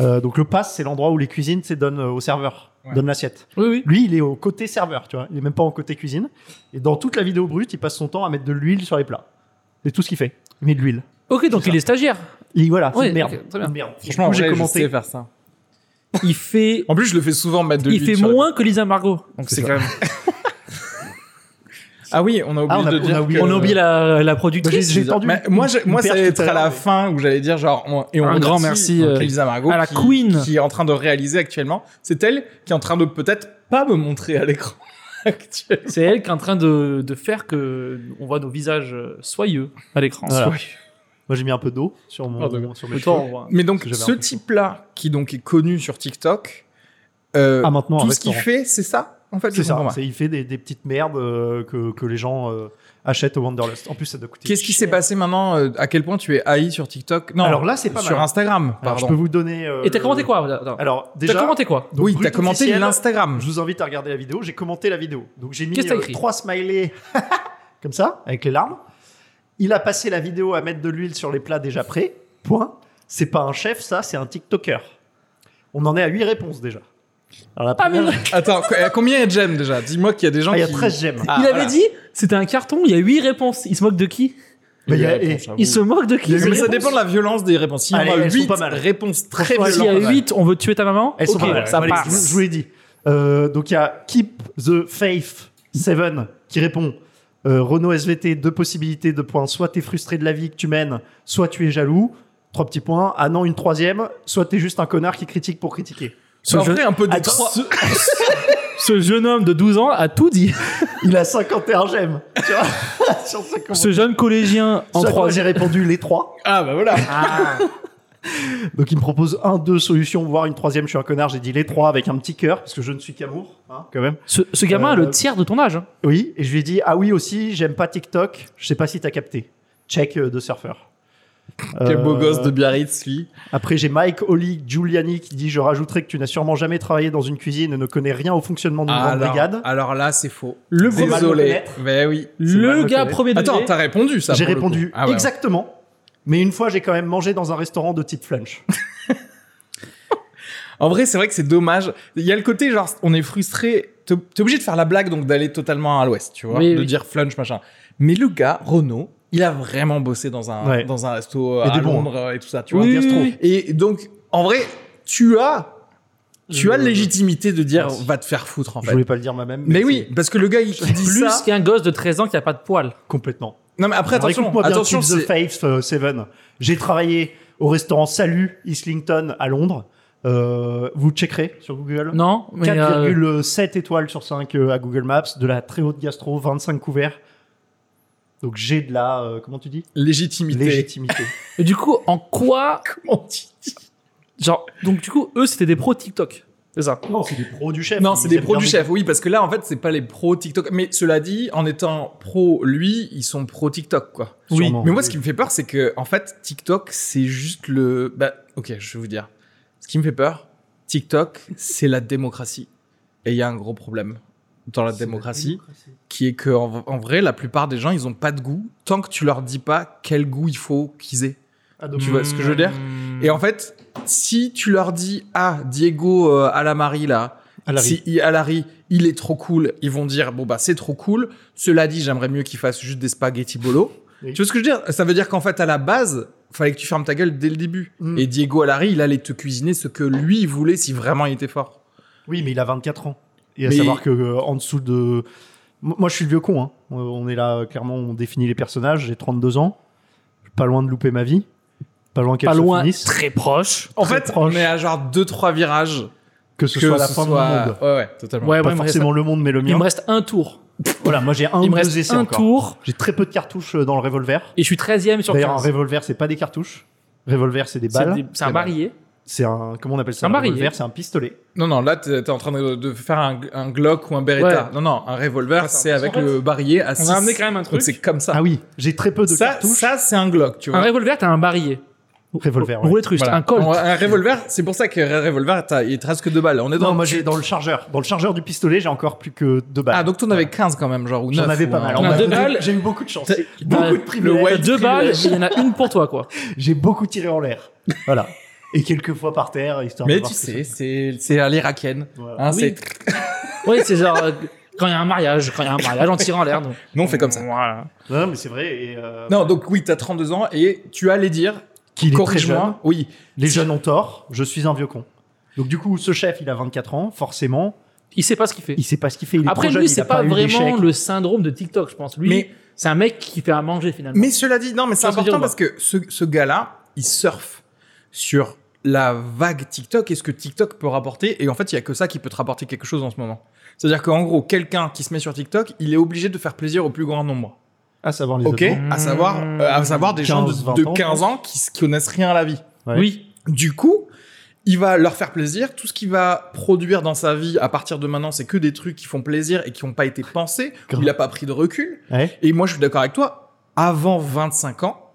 Speaker 2: Euh, donc le pass, c'est l'endroit où les cuisines se donnent euh, au serveur,
Speaker 1: Ouais.
Speaker 2: donnent l'assiette.
Speaker 3: Oui, oui.
Speaker 2: Lui, il est au côté serveur, tu vois. Il est même pas en côté cuisine. Et dans toute la vidéo brute, il passe son temps à mettre de l'huile sur les plats. C'est tout ce qu'il fait. Il met de l'huile.
Speaker 3: Ok, donc il est stagiaire.
Speaker 2: Et voilà, c'est
Speaker 3: Ouais,
Speaker 2: une merde.
Speaker 3: ok, très bien.
Speaker 2: Une merde.
Speaker 1: Franchement,
Speaker 2: Du coup,
Speaker 1: j'ai
Speaker 2: j'ai
Speaker 1: commencé
Speaker 2: commenté.
Speaker 1: faire ça.
Speaker 3: Il fait,
Speaker 1: En plus, je le fais souvent mettre de
Speaker 3: il
Speaker 1: l'huile
Speaker 3: fait
Speaker 1: sur les-
Speaker 3: moins que Lisa Margot. Donc
Speaker 1: C'est
Speaker 3: c'est quand même.
Speaker 1: Ah oui, on a oublié
Speaker 2: Ah, on a-
Speaker 1: de
Speaker 2: on a
Speaker 1: dire.
Speaker 2: oublié-
Speaker 1: que-
Speaker 3: On a oublié la, la
Speaker 2: Bah,
Speaker 3: productrice.
Speaker 2: j'ai- j'ai tendu
Speaker 1: Mais
Speaker 2: une-
Speaker 1: moi, j'ai-
Speaker 2: une
Speaker 1: moi, ça
Speaker 2: perche
Speaker 1: allait
Speaker 2: tout
Speaker 1: être
Speaker 2: à
Speaker 1: à la
Speaker 2: l'heure,
Speaker 1: fin où j'allais dire genre on- et on
Speaker 3: Un grand
Speaker 1: remercie,
Speaker 3: merci,
Speaker 1: donc,
Speaker 3: euh,
Speaker 1: Elisa Margot
Speaker 3: à la
Speaker 1: qui,
Speaker 3: Queen.
Speaker 1: qui est en train de réaliser actuellement. C'est elle qui est en train de peut-être pas me montrer à l'écran [laughs] actuellement.
Speaker 3: C'est elle qui est en train de, de faire que on voit nos visages euh, soyeux à l'écran.
Speaker 2: Voilà.
Speaker 3: Soyeux.
Speaker 2: Moi, j'ai mis un peu d'eau sur mon.
Speaker 1: Pardon.
Speaker 2: sur mes
Speaker 3: Le temps,
Speaker 2: cheveux.
Speaker 3: on voit.
Speaker 1: Mais donc
Speaker 2: Parce que j'avais
Speaker 1: ce
Speaker 2: un peu
Speaker 1: type là qui donc est connu sur TikTok, euh,
Speaker 2: Ah, maintenant, un
Speaker 1: tout ce qu'il
Speaker 2: restaurant.
Speaker 1: fait c'est ça. en fait.
Speaker 2: C'est
Speaker 1: je comprends
Speaker 2: ça.
Speaker 1: pas.
Speaker 2: c'est- Il fait des, des petites merdes euh, que, que les gens euh, achètent au Wanderlust. En plus, ça doit coûter.
Speaker 1: Qu'est-ce qui
Speaker 2: cher.
Speaker 1: s'est passé maintenant euh, À quel point tu es haï sur TikTok Non,
Speaker 2: Alors là, c'est pas
Speaker 1: sur
Speaker 2: mal.
Speaker 1: Instagram,
Speaker 2: Alors,
Speaker 1: pardon.
Speaker 2: je peux vous donner. euh,
Speaker 3: Et t'as commenté
Speaker 2: le-
Speaker 3: quoi Attends.
Speaker 2: Alors
Speaker 3: T'as
Speaker 2: déjà.
Speaker 3: commenté quoi
Speaker 2: donc,
Speaker 1: oui,
Speaker 2: brut
Speaker 1: t'as commenté
Speaker 2: officiel,
Speaker 1: l'Instagram.
Speaker 2: Je vous invite à regarder la vidéo. J'ai commenté la vidéo. Donc j'ai mis
Speaker 3: Qu'est-ce que t'as
Speaker 2: euh,
Speaker 3: écrit
Speaker 2: trois smileys [laughs] comme ça, avec les larmes. Il a passé la vidéo à mettre de l'huile sur les plats déjà prêts. Point. C'est pas un chef, ça, c'est un TikToker. On en est à huit réponses déjà. Alors la
Speaker 3: Ah, mais
Speaker 2: première-
Speaker 3: non.
Speaker 1: Attends, co- euh, combien il y a de j'aime déjà Dis-moi qu'il y a des gens
Speaker 2: Ah, il y a
Speaker 1: qui.
Speaker 2: 13 j'aime.
Speaker 1: Ah,
Speaker 3: il avait
Speaker 1: voilà.
Speaker 3: dit c'était un carton, il y a 8 réponses. Il se moque de qui
Speaker 2: Bah, il y a- et-
Speaker 1: Ah
Speaker 3: Il se moque de qui
Speaker 1: Mais
Speaker 3: ces
Speaker 1: ça
Speaker 3: réponses
Speaker 1: dépend de la violence des réponses. Il y
Speaker 2: Allez,
Speaker 1: aura
Speaker 2: elles sont
Speaker 1: 8
Speaker 2: pas mal.
Speaker 1: réponses très
Speaker 2: Franchement,
Speaker 3: S'il y
Speaker 1: violentes.
Speaker 3: a
Speaker 2: Ouais.
Speaker 3: 8, on veut tuer ta maman
Speaker 2: Elles sont
Speaker 3: Ok,
Speaker 2: pas mal.
Speaker 3: ça
Speaker 2: Allez,
Speaker 3: passe.
Speaker 2: Je, vous- je vous l'ai dit. Euh, donc il y a Keep the Faith 7 qui répond euh, Renault SVT, deux possibilités, deux points. Soit t'es frustré de la vie que tu mènes, soit tu es jaloux. Trois petits points. Ah non, une troisième. Soit t'es juste un connard qui critique pour critiquer.
Speaker 3: Ce,
Speaker 1: En
Speaker 3: jeune-
Speaker 1: vrai, un peu
Speaker 2: à
Speaker 1: des
Speaker 2: trois.
Speaker 1: trois.
Speaker 3: ce jeune homme de 12 ans a tout dit.
Speaker 2: Il a 51 j'aime. [laughs] Tu vois Sur ce comment-
Speaker 3: Ce jeune collégien en
Speaker 2: Sur quoi
Speaker 3: 3
Speaker 2: j'ai répondu les trois.
Speaker 1: Ah bah voilà.
Speaker 2: [laughs] Donc il me propose un, deux solutions, voire une troisième. Je suis un connard. J'ai dit les trois avec un petit cœur parce que je ne suis qu'amour, hein, quand même.
Speaker 3: ce, ce gamin a
Speaker 2: Euh,
Speaker 3: le tiers de ton âge. hein.
Speaker 2: Oui, et je lui ai dit Ah oui, aussi, j'aime pas TikTok, je sais pas si t'as capté. Check euh, de surfeur.
Speaker 1: Quel beau
Speaker 2: Euh,
Speaker 1: gosse de Biarritz, lui.
Speaker 2: Après, j'ai Mike Oli Giuliani qui dit Je rajouterai que tu n'as sûrement jamais travaillé dans une cuisine et ne connais rien au fonctionnement d'une grande brigade.
Speaker 1: alors Ah là, c'est faux.
Speaker 3: Le
Speaker 2: Faut mal le
Speaker 1: Désolé.
Speaker 2: connaître.
Speaker 1: Mais oui.
Speaker 2: mal
Speaker 3: Le
Speaker 2: me
Speaker 3: gars
Speaker 2: connaître.
Speaker 3: premier degré.
Speaker 1: Attends, t'as répondu ça
Speaker 2: J'ai
Speaker 1: pour le coup.
Speaker 2: répondu
Speaker 1: Ah ouais, ouais.
Speaker 2: Exactement. Mais une fois, j'ai quand même mangé dans un restaurant de type flunch.
Speaker 1: En vrai, c'est vrai que c'est dommage. Il y a le côté genre, on est frustré. T'es t'es obligé de faire la blague, donc d'aller totalement à l'ouest, tu vois,
Speaker 3: Oui,
Speaker 1: de
Speaker 3: oui.
Speaker 1: dire flunch machin. Mais le gars, Renault, il a vraiment bossé dans un
Speaker 2: Ouais.
Speaker 1: dans un resto
Speaker 2: Et
Speaker 1: à
Speaker 2: des bons.
Speaker 1: Londres euh, et tout ça, tu
Speaker 3: Oui,
Speaker 1: vois.
Speaker 3: oui, oui.
Speaker 1: Et donc, en vrai, tu as tu as
Speaker 2: Je-
Speaker 1: la légitimité de dire
Speaker 2: Merci.
Speaker 1: va te faire foutre en
Speaker 2: je
Speaker 1: fait.
Speaker 2: voulais pas le dire moi-même.
Speaker 1: Mais
Speaker 2: c'est
Speaker 1: oui, parce que le gars il qui dit
Speaker 3: Plus
Speaker 1: ça.
Speaker 3: qu'un gosse de 13 ans qui a pas de poils.
Speaker 2: Complètement.
Speaker 1: Non mais après
Speaker 2: Alors,
Speaker 1: attention,
Speaker 2: écoute-moi bien,
Speaker 1: attention,
Speaker 2: Keep the
Speaker 1: c'est
Speaker 2: Faith euh, Seven. J'ai travaillé au restaurant Salut Islington à Londres. Euh, vous checkerez sur Google.
Speaker 3: Non, mais euh,
Speaker 2: 4,7 étoiles sur 5 euh, à Google Maps, de la très haute gastro, 25 couverts. Donc j'ai de la, euh, comment tu dis
Speaker 1: légitimité.
Speaker 2: Légitimité.
Speaker 3: et du coup, en quoi
Speaker 1: Comment tu dis
Speaker 3: Genre, donc du coup, eux, c'était des pros TikTok. C'est ça.
Speaker 2: non, c'est des pros du chef.
Speaker 1: Non,
Speaker 2: Ils
Speaker 1: c'est des
Speaker 2: aiment
Speaker 1: pros
Speaker 2: bien
Speaker 1: du
Speaker 2: les-
Speaker 1: chef, oui, parce que là, en fait, c'est pas les pros TikTok. Mais cela dit, en étant pro, lui, ils sont pro TikTok, quoi.
Speaker 2: Oui.
Speaker 1: Mais moi,
Speaker 2: Oui.
Speaker 1: ce qui me fait peur, c'est que, en fait, TikTok, c'est juste le. Bah, ok, je vais vous dire. Ce qui me fait peur, TikTok, c'est la démocratie. Et il y a un gros problème dans la démocratie, qui est que, en, en vrai, la plupart des gens, ils ont pas de goût tant que tu leur dis pas quel goût il faut qu'ils aient.
Speaker 2: Ah, donc-
Speaker 1: Tu vois ce que je veux dire Et
Speaker 2: Hmm.
Speaker 1: en fait, si tu leur dis, ah, Diego euh, Alamari, là,
Speaker 2: À la rive.
Speaker 1: si I- Alary, il est trop cool, ils vont dire bon bah c'est trop cool. Cela dit, j'aimerais mieux qu'il fasse juste des spaghettis bolo.
Speaker 2: Oui.
Speaker 1: Tu vois ce que je veux dire Ça veut dire qu'en fait à la base, fallait que tu fermes ta gueule dès le début.
Speaker 2: Mm.
Speaker 1: Et Diego Alary, il allait te cuisiner ce que lui il voulait si vraiment il était fort.
Speaker 2: Oui, mais il a 24 ans. Et à
Speaker 1: Mais-
Speaker 2: savoir que euh, en dessous de... M- Moi, je suis le vieux con. hein. Euh, On est là, euh, clairement, on définit les personnages. J'ai 32 ans. Pas loin de louper ma vie. Pas loin qu'elle
Speaker 3: Pas
Speaker 2: se
Speaker 3: loin,
Speaker 2: finisse.
Speaker 3: très proche.
Speaker 1: En
Speaker 2: Très
Speaker 1: fait,
Speaker 2: proche.
Speaker 1: on est à genre deux trois virages
Speaker 2: Que ce
Speaker 1: que
Speaker 2: soit la
Speaker 1: ce
Speaker 2: fin
Speaker 1: soit-
Speaker 2: du monde.
Speaker 1: Ouais ouais, totalement.
Speaker 3: Ouais,
Speaker 2: Pas
Speaker 3: ouais, il me reste-
Speaker 2: forcément le monde, mais le
Speaker 3: il
Speaker 2: mien.
Speaker 3: me reste un tour.
Speaker 2: Voilà, moi j'ai un ou
Speaker 3: Il me
Speaker 2: deux
Speaker 3: reste
Speaker 2: essais
Speaker 3: un
Speaker 2: encore.
Speaker 3: tour
Speaker 2: J'ai très peu de cartouches euh, dans le revolver.
Speaker 3: et je suis 13ème sur
Speaker 2: D'ailleurs, un
Speaker 3: 15.
Speaker 2: revolver, c'est pas des cartouches. Revolver, c'est des
Speaker 3: C'est
Speaker 2: balles.
Speaker 3: des- c'est un barillet.
Speaker 2: C'est un. Comment on appelle ça
Speaker 3: Un
Speaker 2: un
Speaker 3: barillet.
Speaker 2: revolver, c'est un pistolet.
Speaker 1: Non non, là t'es t'es en train de, de faire un, un Glock ou un Beretta.
Speaker 3: Ouais.
Speaker 1: Non non, un revolver,
Speaker 3: Attends,
Speaker 1: c'est
Speaker 3: parce
Speaker 1: avec
Speaker 3: qu'en fait,
Speaker 1: le barillet à
Speaker 3: On
Speaker 1: six.
Speaker 3: a amené quand même un
Speaker 1: Donc
Speaker 3: truc.
Speaker 1: c'est comme ça.
Speaker 2: Ah oui, j'ai très peu de
Speaker 1: ça
Speaker 2: cartouches.
Speaker 1: ça c'est un Glock, tu vois.
Speaker 3: Un revolver, t'as un barillet.
Speaker 2: Revolver. ouais.
Speaker 3: Roulette russe,
Speaker 1: Voilà.
Speaker 3: un colt.
Speaker 1: Un, un revolver, c'est pour ça que un revolver, t'as- il te reste que deux balles. On est dans.
Speaker 2: Non, moi j'ai dans le chargeur. Dans le chargeur du pistolet, j'ai encore plus que deux balles.
Speaker 1: Ah, donc t'en avais 15 quand même, genre, ou 9.
Speaker 2: J'en avais pas mal.
Speaker 3: On
Speaker 2: On
Speaker 3: a
Speaker 2: m'a
Speaker 3: deux
Speaker 2: donné-
Speaker 3: balles.
Speaker 2: J'ai eu beaucoup de chance.
Speaker 3: T'as- t'as-
Speaker 2: Beaucoup de privilèges.
Speaker 3: T'as deux balles, et il y en a une pour toi, quoi.
Speaker 2: J'ai beaucoup tiré en l'air. Voilà. Et quelques fois par terre, histoire de
Speaker 1: Mais
Speaker 2: voir
Speaker 1: tu
Speaker 2: ce que
Speaker 1: sais, c'est c'est à l'irakienne.
Speaker 2: ça- voilà.
Speaker 1: Hein,
Speaker 3: Oui.
Speaker 1: c'est-
Speaker 3: Oui, c'est genre euh, quand il y a un mariage, quand il y a un mariage, on tire en l'air. donc.
Speaker 1: Nous, on fait comme ça.
Speaker 3: Voilà.
Speaker 2: Non, mais c'est vrai. et, euh,
Speaker 1: Non, donc oui, t'as 32 ans et tu allais dire,
Speaker 2: Qu'il est très jeune.
Speaker 1: corrige-moi. Oui.
Speaker 2: Les jeunes ont tort, je suis un vieux con. Donc du coup, ce chef, il a 24 ans, forcément,
Speaker 3: Il sait pas ce qu'il fait.
Speaker 2: il sait pas ce qu'il fait, il est
Speaker 3: Après,
Speaker 2: trop jeune,
Speaker 3: lui,
Speaker 2: il a
Speaker 3: c'est pas,
Speaker 2: eu d'échec.
Speaker 3: vraiment le syndrome de TikTok, je pense. Lui,
Speaker 1: Mais-
Speaker 3: c'est un mec qui fait à manger finalement.
Speaker 1: Mais cela dit, non, mais c'est
Speaker 3: Ça, c'est dur,
Speaker 1: important
Speaker 3: moi.
Speaker 1: parce que ce, ce gars-là, il surfe sur la vague TikTok et ce que TikTok peut rapporter. Et en fait, il y a que ça qui peut te rapporter quelque chose en ce moment. C'est-à-dire qu'en gros, quelqu'un qui se met sur TikTok, il est obligé de faire plaisir au plus grand nombre.
Speaker 2: À savoir les
Speaker 1: Ok,
Speaker 2: autres.
Speaker 1: à savoir,
Speaker 3: Mmh.
Speaker 1: euh, à savoir des gens
Speaker 2: 15,
Speaker 1: de,
Speaker 2: 20
Speaker 1: de
Speaker 2: ans,
Speaker 1: 15 ans qui, s- qui connaissent rien à la vie.
Speaker 2: Ouais.
Speaker 3: Oui.
Speaker 1: Du coup, il va leur faire plaisir. Tout ce qu'il va produire dans sa vie à partir de maintenant, c'est que des trucs qui font plaisir et qui n'ont pas été pensés. où
Speaker 2: Grave.
Speaker 1: Il n'a pas pris de recul.
Speaker 2: Ouais.
Speaker 1: Et moi, je suis d'accord avec toi. Avant 25 ans,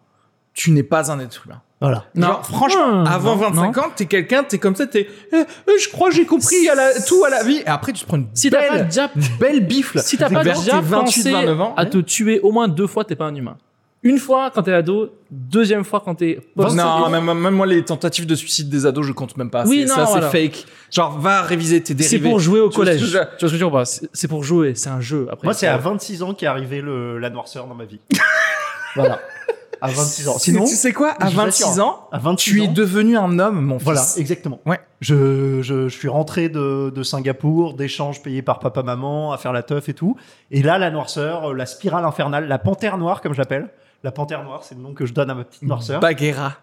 Speaker 1: tu n'es pas un être humain.
Speaker 2: Voilà.
Speaker 3: Non.
Speaker 1: Genre, franchement,
Speaker 3: Mmh,
Speaker 1: avant
Speaker 3: non,
Speaker 1: 25 ans, t'es quelqu'un, t'es comme ça, t'es. euh, euh, je crois, j'ai compris à la- tout à la vie. Et après, tu te prends une
Speaker 3: Si t'as pas
Speaker 1: belle,
Speaker 3: déjà,
Speaker 1: une belle bifle.
Speaker 3: si t'as pas
Speaker 1: Vers
Speaker 3: déjà
Speaker 1: tes 28,
Speaker 3: pensé
Speaker 1: 29 ans.
Speaker 3: à te tuer au moins deux fois, t'es pas un humain. Une fois quand t'es ado, deuxième fois quand t'es.
Speaker 1: Non, même, même moi, les tentatives de suicide des ados, je compte même pas.
Speaker 3: Oui,
Speaker 1: C'est-
Speaker 3: non,
Speaker 1: ça,
Speaker 3: voilà.
Speaker 1: c'est fake. Genre, va réviser tes
Speaker 3: C'est
Speaker 1: dérivés.
Speaker 3: pour jouer au
Speaker 1: Tu vois ce que
Speaker 3: collège. Tu
Speaker 1: je-
Speaker 3: vois ce que je veux dire ou pas C'est c'est pour jouer, c'est un jeu. Après,
Speaker 2: Moi, c'est à 26 ans qu'est arrivée le- la noirceur dans ma vie. voilà. À 26 ans.
Speaker 1: C'est-
Speaker 2: Sinon,
Speaker 1: tu sais quoi À
Speaker 2: je vous
Speaker 1: 26
Speaker 3: hein.
Speaker 2: assure.
Speaker 1: ans,
Speaker 2: à 26
Speaker 1: tu es
Speaker 2: ans,
Speaker 1: devenu un homme, mon
Speaker 2: Voilà,
Speaker 1: fils.
Speaker 2: exactement.
Speaker 1: Ouais.
Speaker 2: Je, je, je suis rentré de, de Singapour, d'échanges payés par papa-maman, à faire la teuf et tout. Et là, la noirceur, euh, la spirale infernale, la panthère noire, comme je l'appelle. La panthère noire, c'est le nom que je donne à ma petite noirceur,
Speaker 1: Bah. Baguera.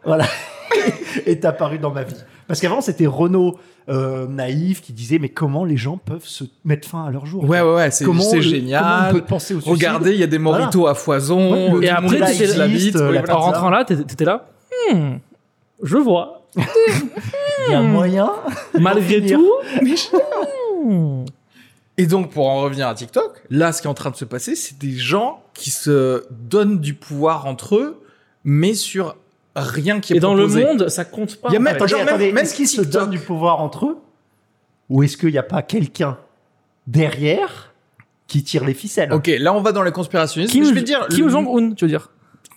Speaker 2: est apparue dans ma vie. Parce qu'avant, c'était Renaud euh, naïf qui disait Mais comment les gens peuvent se mettre fin à leur jour
Speaker 1: Ouais, ouais, ouais, c'est
Speaker 2: Comment
Speaker 1: c'est
Speaker 2: le- comment on
Speaker 1: génial.
Speaker 2: peut penser au suicide
Speaker 1: Regardez, il y a des moritos à
Speaker 2: Ouais,
Speaker 1: foison.
Speaker 2: le-
Speaker 1: tout
Speaker 3: Et
Speaker 1: le
Speaker 3: après,
Speaker 1: monde
Speaker 3: t'étais
Speaker 1: lâche
Speaker 2: la-
Speaker 1: bite,
Speaker 2: la-
Speaker 1: oui,
Speaker 2: la-
Speaker 1: voilà.
Speaker 3: en rentrant là, t'étais t'étais là. Hmm, je vois.
Speaker 2: Il y a un moyen.
Speaker 3: [laughs] Malgré
Speaker 2: finir.
Speaker 3: tout. hmm.
Speaker 1: Et donc, pour en revenir à TikTok, là, ce qui est en train de se passer, c'est des gens qui se donnent du pouvoir entre eux, mais sur rien qui est
Speaker 3: Et dans le
Speaker 1: proposé.
Speaker 3: monde, ça compte pas.
Speaker 1: Il y a même-
Speaker 3: en fait.
Speaker 2: Attendez,
Speaker 1: Genre,
Speaker 2: attendez,
Speaker 1: même
Speaker 2: est-ce qu'ils se
Speaker 1: TikTok.
Speaker 2: donnent du pouvoir entre eux Ou est-ce qu'il n'y a pas quelqu'un derrière qui tire les ficelles
Speaker 1: Ok, là, on va dans les conspirationnistes.
Speaker 3: Kim,
Speaker 1: je vais dire.
Speaker 3: Kim
Speaker 1: le-
Speaker 3: Jong-un, tu veux dire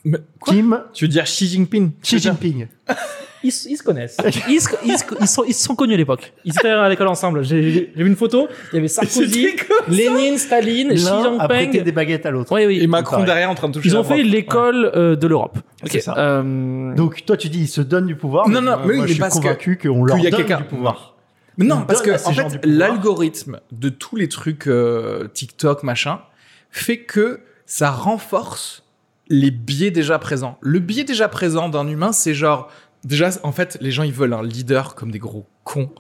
Speaker 1: Mais quoi
Speaker 2: Kim
Speaker 1: Tu veux dire Xi Jinping
Speaker 2: Xi Jinping.
Speaker 3: ils, se- ils se connaissent. Ils, se- ils, se- ils sont, ils se sont connus à l'époque. Ils étaient à l'école ensemble. J'ai j'ai- j'ai vu une photo. Il y avait Sarkozy,
Speaker 1: C'était quoi
Speaker 3: Lénine, Staline, Xi
Speaker 2: L'un a prêté
Speaker 3: Jinping.
Speaker 2: des baguettes à l'autre.
Speaker 3: Oui, oui.
Speaker 1: Et Macron
Speaker 2: Pareil.
Speaker 1: derrière en train de toucher
Speaker 3: Ils
Speaker 1: la
Speaker 3: ont fait
Speaker 1: droite.
Speaker 3: l'école euh, de l'europe.
Speaker 2: Ok.
Speaker 3: Ok. Euh,
Speaker 2: Donc toi tu dis ils se donnent du pouvoir.
Speaker 1: Non, non,
Speaker 2: moi,
Speaker 1: mais oui,
Speaker 2: moi,
Speaker 1: mais
Speaker 2: je suis
Speaker 1: parce que-
Speaker 2: convaincu qu'on leur
Speaker 1: qu'il y a
Speaker 2: donne
Speaker 1: quelqu'un.
Speaker 2: du pouvoir.
Speaker 1: Mais non,
Speaker 2: On
Speaker 1: parce que
Speaker 2: donne à ces
Speaker 1: en
Speaker 2: gens
Speaker 1: fait,
Speaker 2: du pouvoir.
Speaker 1: l'algorithme de tous les trucs euh, TikTok machin fait que ça renforce les biais déjà présents. Le biais déjà présent d'un humain, c'est genre déjà en fait, les gens ils veulent un leader comme des gros cons.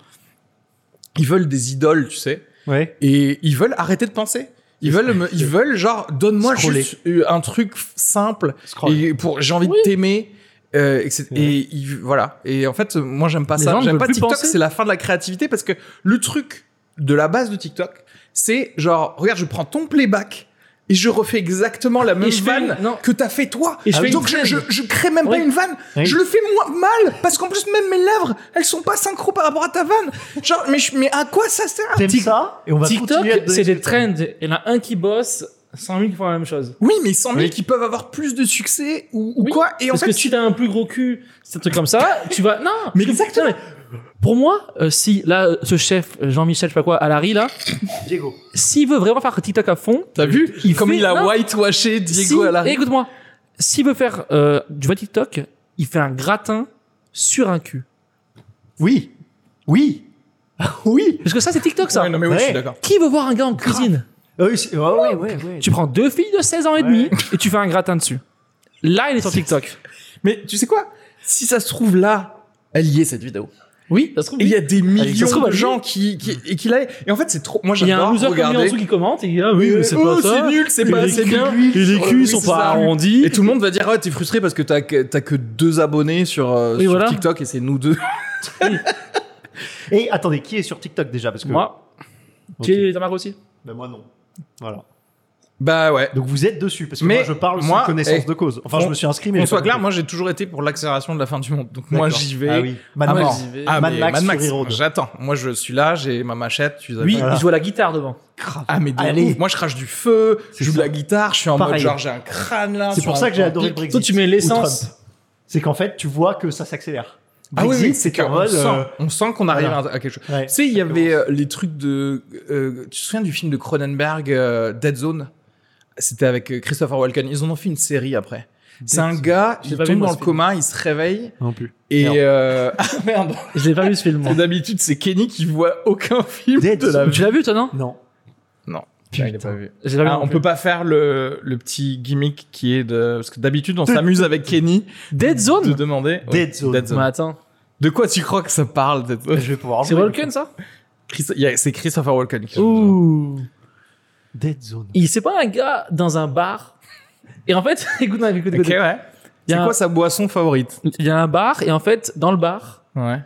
Speaker 1: Ils veulent des idoles, tu sais,
Speaker 2: Ouais.
Speaker 1: et ils veulent arrêter de penser. Ils [laughs] veulent, me- ils veulent genre donne-moi
Speaker 2: Scroller.
Speaker 1: juste euh, un truc simple
Speaker 2: Scroll.
Speaker 1: et pour j'ai envie
Speaker 3: Oh, Oui.
Speaker 1: de t'aimer euh, etc.
Speaker 2: Ouais.
Speaker 1: et il- voilà et en fait moi j'aime pas
Speaker 3: Les
Speaker 1: ça
Speaker 3: gens ne
Speaker 1: j'aime
Speaker 3: veulent
Speaker 1: pas
Speaker 3: plus
Speaker 1: TikTok
Speaker 3: penser.
Speaker 1: c'est la fin de la créativité parce que le truc de la base de TikTok c'est genre regarde je prends ton playback et je refais exactement la même
Speaker 3: je fais une-
Speaker 1: vanne
Speaker 3: non.
Speaker 1: que t'as fait toi.
Speaker 3: Et je fais une
Speaker 1: Donc je, je, je crée même pas
Speaker 3: Oui.
Speaker 1: une vanne.
Speaker 2: Oui.
Speaker 1: Je le fais moi mal parce qu'en plus même mes lèvres elles sont pas synchro par rapport à ta vanne. Genre mais, je- mais à quoi ça sert
Speaker 2: T'aimes
Speaker 1: Tic-
Speaker 2: ça et on va
Speaker 3: TikTok,
Speaker 2: continuer à te donner
Speaker 3: c'est
Speaker 2: ce
Speaker 3: des
Speaker 2: que t'aimes.
Speaker 3: trends. Il y en a un qui bosse 100 000 qui font la même chose.
Speaker 1: Oui mais 100 000
Speaker 2: Oui.
Speaker 1: qui peuvent avoir plus de succès ou, ou
Speaker 3: Oui,
Speaker 1: quoi. Et en
Speaker 3: Parce
Speaker 1: fait
Speaker 3: que si t'as un plus gros cul, c'est un truc comme ça, tu vas. Non
Speaker 1: Mais
Speaker 3: parce que-
Speaker 1: exactement.
Speaker 3: non, mais Pour moi, euh, si là, euh, ce chef, euh, Jean-Michel, je sais pas quoi, Alary, là,
Speaker 2: Diego.
Speaker 3: s'il veut vraiment faire TikTok à fond,
Speaker 1: T'as vu
Speaker 3: Il
Speaker 1: Comme
Speaker 3: fait-
Speaker 1: il a
Speaker 3: non.
Speaker 1: whitewashé Diego
Speaker 3: si-
Speaker 1: à la
Speaker 3: écoute-moi, s'il veut faire euh, du vrai TikTok, il fait un gratin sur un cul.
Speaker 2: Oui. Oui. oui.
Speaker 3: Parce que ça, c'est TikTok, ça.
Speaker 1: Ah Ouais, non, mais oui,
Speaker 2: Ouais.
Speaker 1: je suis d'accord.
Speaker 3: Qui veut voir un gars en cuisine
Speaker 2: Ah Oui. c'est- ah ouais, ouais, ouais.
Speaker 3: Tu prends deux filles de 16 ans et demi et tu fais un gratin dessus. Là, il est sur TikTok.
Speaker 1: Mais tu sais quoi Si ça se trouve là, elle y est cette vidéo.
Speaker 3: Oui, ça se trouve.
Speaker 1: Et il y a des
Speaker 3: ça se
Speaker 1: millions
Speaker 3: trouve,
Speaker 1: de
Speaker 3: elle y est.
Speaker 1: gens qui, qui et qui l'a. Et en fait, c'est trop. Moi,
Speaker 3: Il y a un
Speaker 1: j'adore
Speaker 3: loser comme lui en
Speaker 1: regarder.
Speaker 3: dessous qui commente et il dit ah oui mais c'est
Speaker 1: Oh,
Speaker 3: pas ça.
Speaker 1: c'est nul, c'est
Speaker 3: Et
Speaker 1: pas
Speaker 3: les
Speaker 1: assez
Speaker 3: culs-
Speaker 1: bien.
Speaker 3: Et les
Speaker 1: Oui,
Speaker 3: culs sont
Speaker 1: c'est
Speaker 3: pas
Speaker 1: ça.
Speaker 3: arrondis.
Speaker 1: Et tout le monde va dire, ouais, t'es frustré parce que t'as que, t'as que deux abonnés sur, euh,
Speaker 3: Oui,
Speaker 1: sur
Speaker 3: voilà.
Speaker 1: TikTok et c'est nous deux.
Speaker 2: Et attendez, qui est sur TikTok déjà parce que
Speaker 3: Moi,
Speaker 2: Ok.
Speaker 3: qui est ta marque aussi.
Speaker 2: Ben, moi non. Voilà.
Speaker 1: Bah ouais.
Speaker 2: Donc vous êtes dessus parce que
Speaker 1: Mais
Speaker 2: moi je parle
Speaker 1: moi,
Speaker 2: sans connaissance
Speaker 1: eh,
Speaker 2: de cause. Enfin,
Speaker 1: on-
Speaker 2: je me suis inscrit mais
Speaker 1: Qu'on
Speaker 2: j'ai
Speaker 1: soit
Speaker 2: pas
Speaker 1: clair,
Speaker 2: compris.
Speaker 1: moi j'ai toujours été pour l'accélération de la fin du monde. Donc moi
Speaker 2: D'accord.
Speaker 1: j'y vais.
Speaker 2: Ah oui.
Speaker 1: à
Speaker 2: Mad
Speaker 1: mort.
Speaker 2: Max.
Speaker 3: j'y vais.
Speaker 1: Ah,
Speaker 2: Mad
Speaker 1: mais
Speaker 2: Max
Speaker 1: Mad Max,
Speaker 2: Fury Road.
Speaker 1: j'attends. Moi je suis là, j'ai ma machette. Tu
Speaker 3: Oui,
Speaker 2: Voilà.
Speaker 3: il joue à la guitare devant.
Speaker 1: Ah mais de
Speaker 2: Allez.
Speaker 1: ouf. moi je crache du feu, je
Speaker 2: C'est
Speaker 1: joue de
Speaker 2: ça.
Speaker 1: la guitare, je suis en mode
Speaker 2: Pareil.
Speaker 1: genre j'ai un crâne là.
Speaker 2: C'est
Speaker 1: sur
Speaker 2: pour
Speaker 1: un-
Speaker 2: ça que j'ai adoré le
Speaker 1: pic.
Speaker 2: Brexit.
Speaker 3: Toi, tu mets
Speaker 2: ou
Speaker 3: l'essence.
Speaker 2: Trump. C'est qu'en fait, tu vois que ça s'accélère.
Speaker 1: Ah oui,
Speaker 2: Brexit,
Speaker 1: oui,
Speaker 2: c'est
Speaker 1: c'est
Speaker 2: en
Speaker 1: qu'on
Speaker 2: mode.
Speaker 1: sent,
Speaker 2: euh,
Speaker 1: on sent qu'on arrive
Speaker 2: voilà.
Speaker 1: à, à quelque chose.
Speaker 2: ouais,
Speaker 1: Tu sais, il y
Speaker 2: ça
Speaker 1: avait
Speaker 2: commence.
Speaker 1: euh, les trucs de. euh, tu te souviens du film de Cronenberg, euh, Dead Zone C'était avec euh, Christopher Walken. Ils en ont fait une série après. C'est un gars,
Speaker 3: J'ai
Speaker 1: il
Speaker 3: pas vu,
Speaker 1: tombe
Speaker 3: moi,
Speaker 1: dans
Speaker 3: ce
Speaker 1: le
Speaker 3: film.
Speaker 1: coma, il se réveille
Speaker 2: Non plus.
Speaker 1: et.
Speaker 2: Merde.
Speaker 1: euh, [laughs] Ah merde
Speaker 3: Je l'ai pas vu ce film. moi.
Speaker 1: D'habitude, c'est Kenny qui voit aucun film
Speaker 2: Dead
Speaker 1: de la
Speaker 2: Zone.
Speaker 1: vie.
Speaker 3: Tu l'as vu toi non
Speaker 2: Non.
Speaker 1: Non.
Speaker 2: Putain.
Speaker 1: il l'a pas vu.
Speaker 3: J'ai pas vu.
Speaker 1: Ah,
Speaker 3: non
Speaker 1: on
Speaker 3: plus.
Speaker 1: peut pas faire le, le petit gimmick qui est de. Parce que d'habitude, on s'amuse avec Kenny.
Speaker 3: Dead
Speaker 1: de
Speaker 3: Zone.
Speaker 1: demander.
Speaker 2: Dead Zone.
Speaker 3: Mais attends,
Speaker 1: De quoi tu crois que ça parle Dead Zone
Speaker 2: Je vais pouvoir.
Speaker 3: c'est
Speaker 2: jouer.
Speaker 3: Walken ça
Speaker 1: Christ- il y a- C'est Christopher Walken qui joue
Speaker 3: Ouh.
Speaker 2: Dead Zone.
Speaker 3: Il c'est pas un gars dans un bar. Et en fait, [laughs] écoute, non, écoute,
Speaker 1: dedans. Ok,
Speaker 3: écoute.
Speaker 1: ouais.
Speaker 3: Il y
Speaker 1: C'est
Speaker 3: a un-
Speaker 1: quoi sa boisson favorite
Speaker 3: Il y a un bar et en fait, dans le bar,
Speaker 1: Ouais.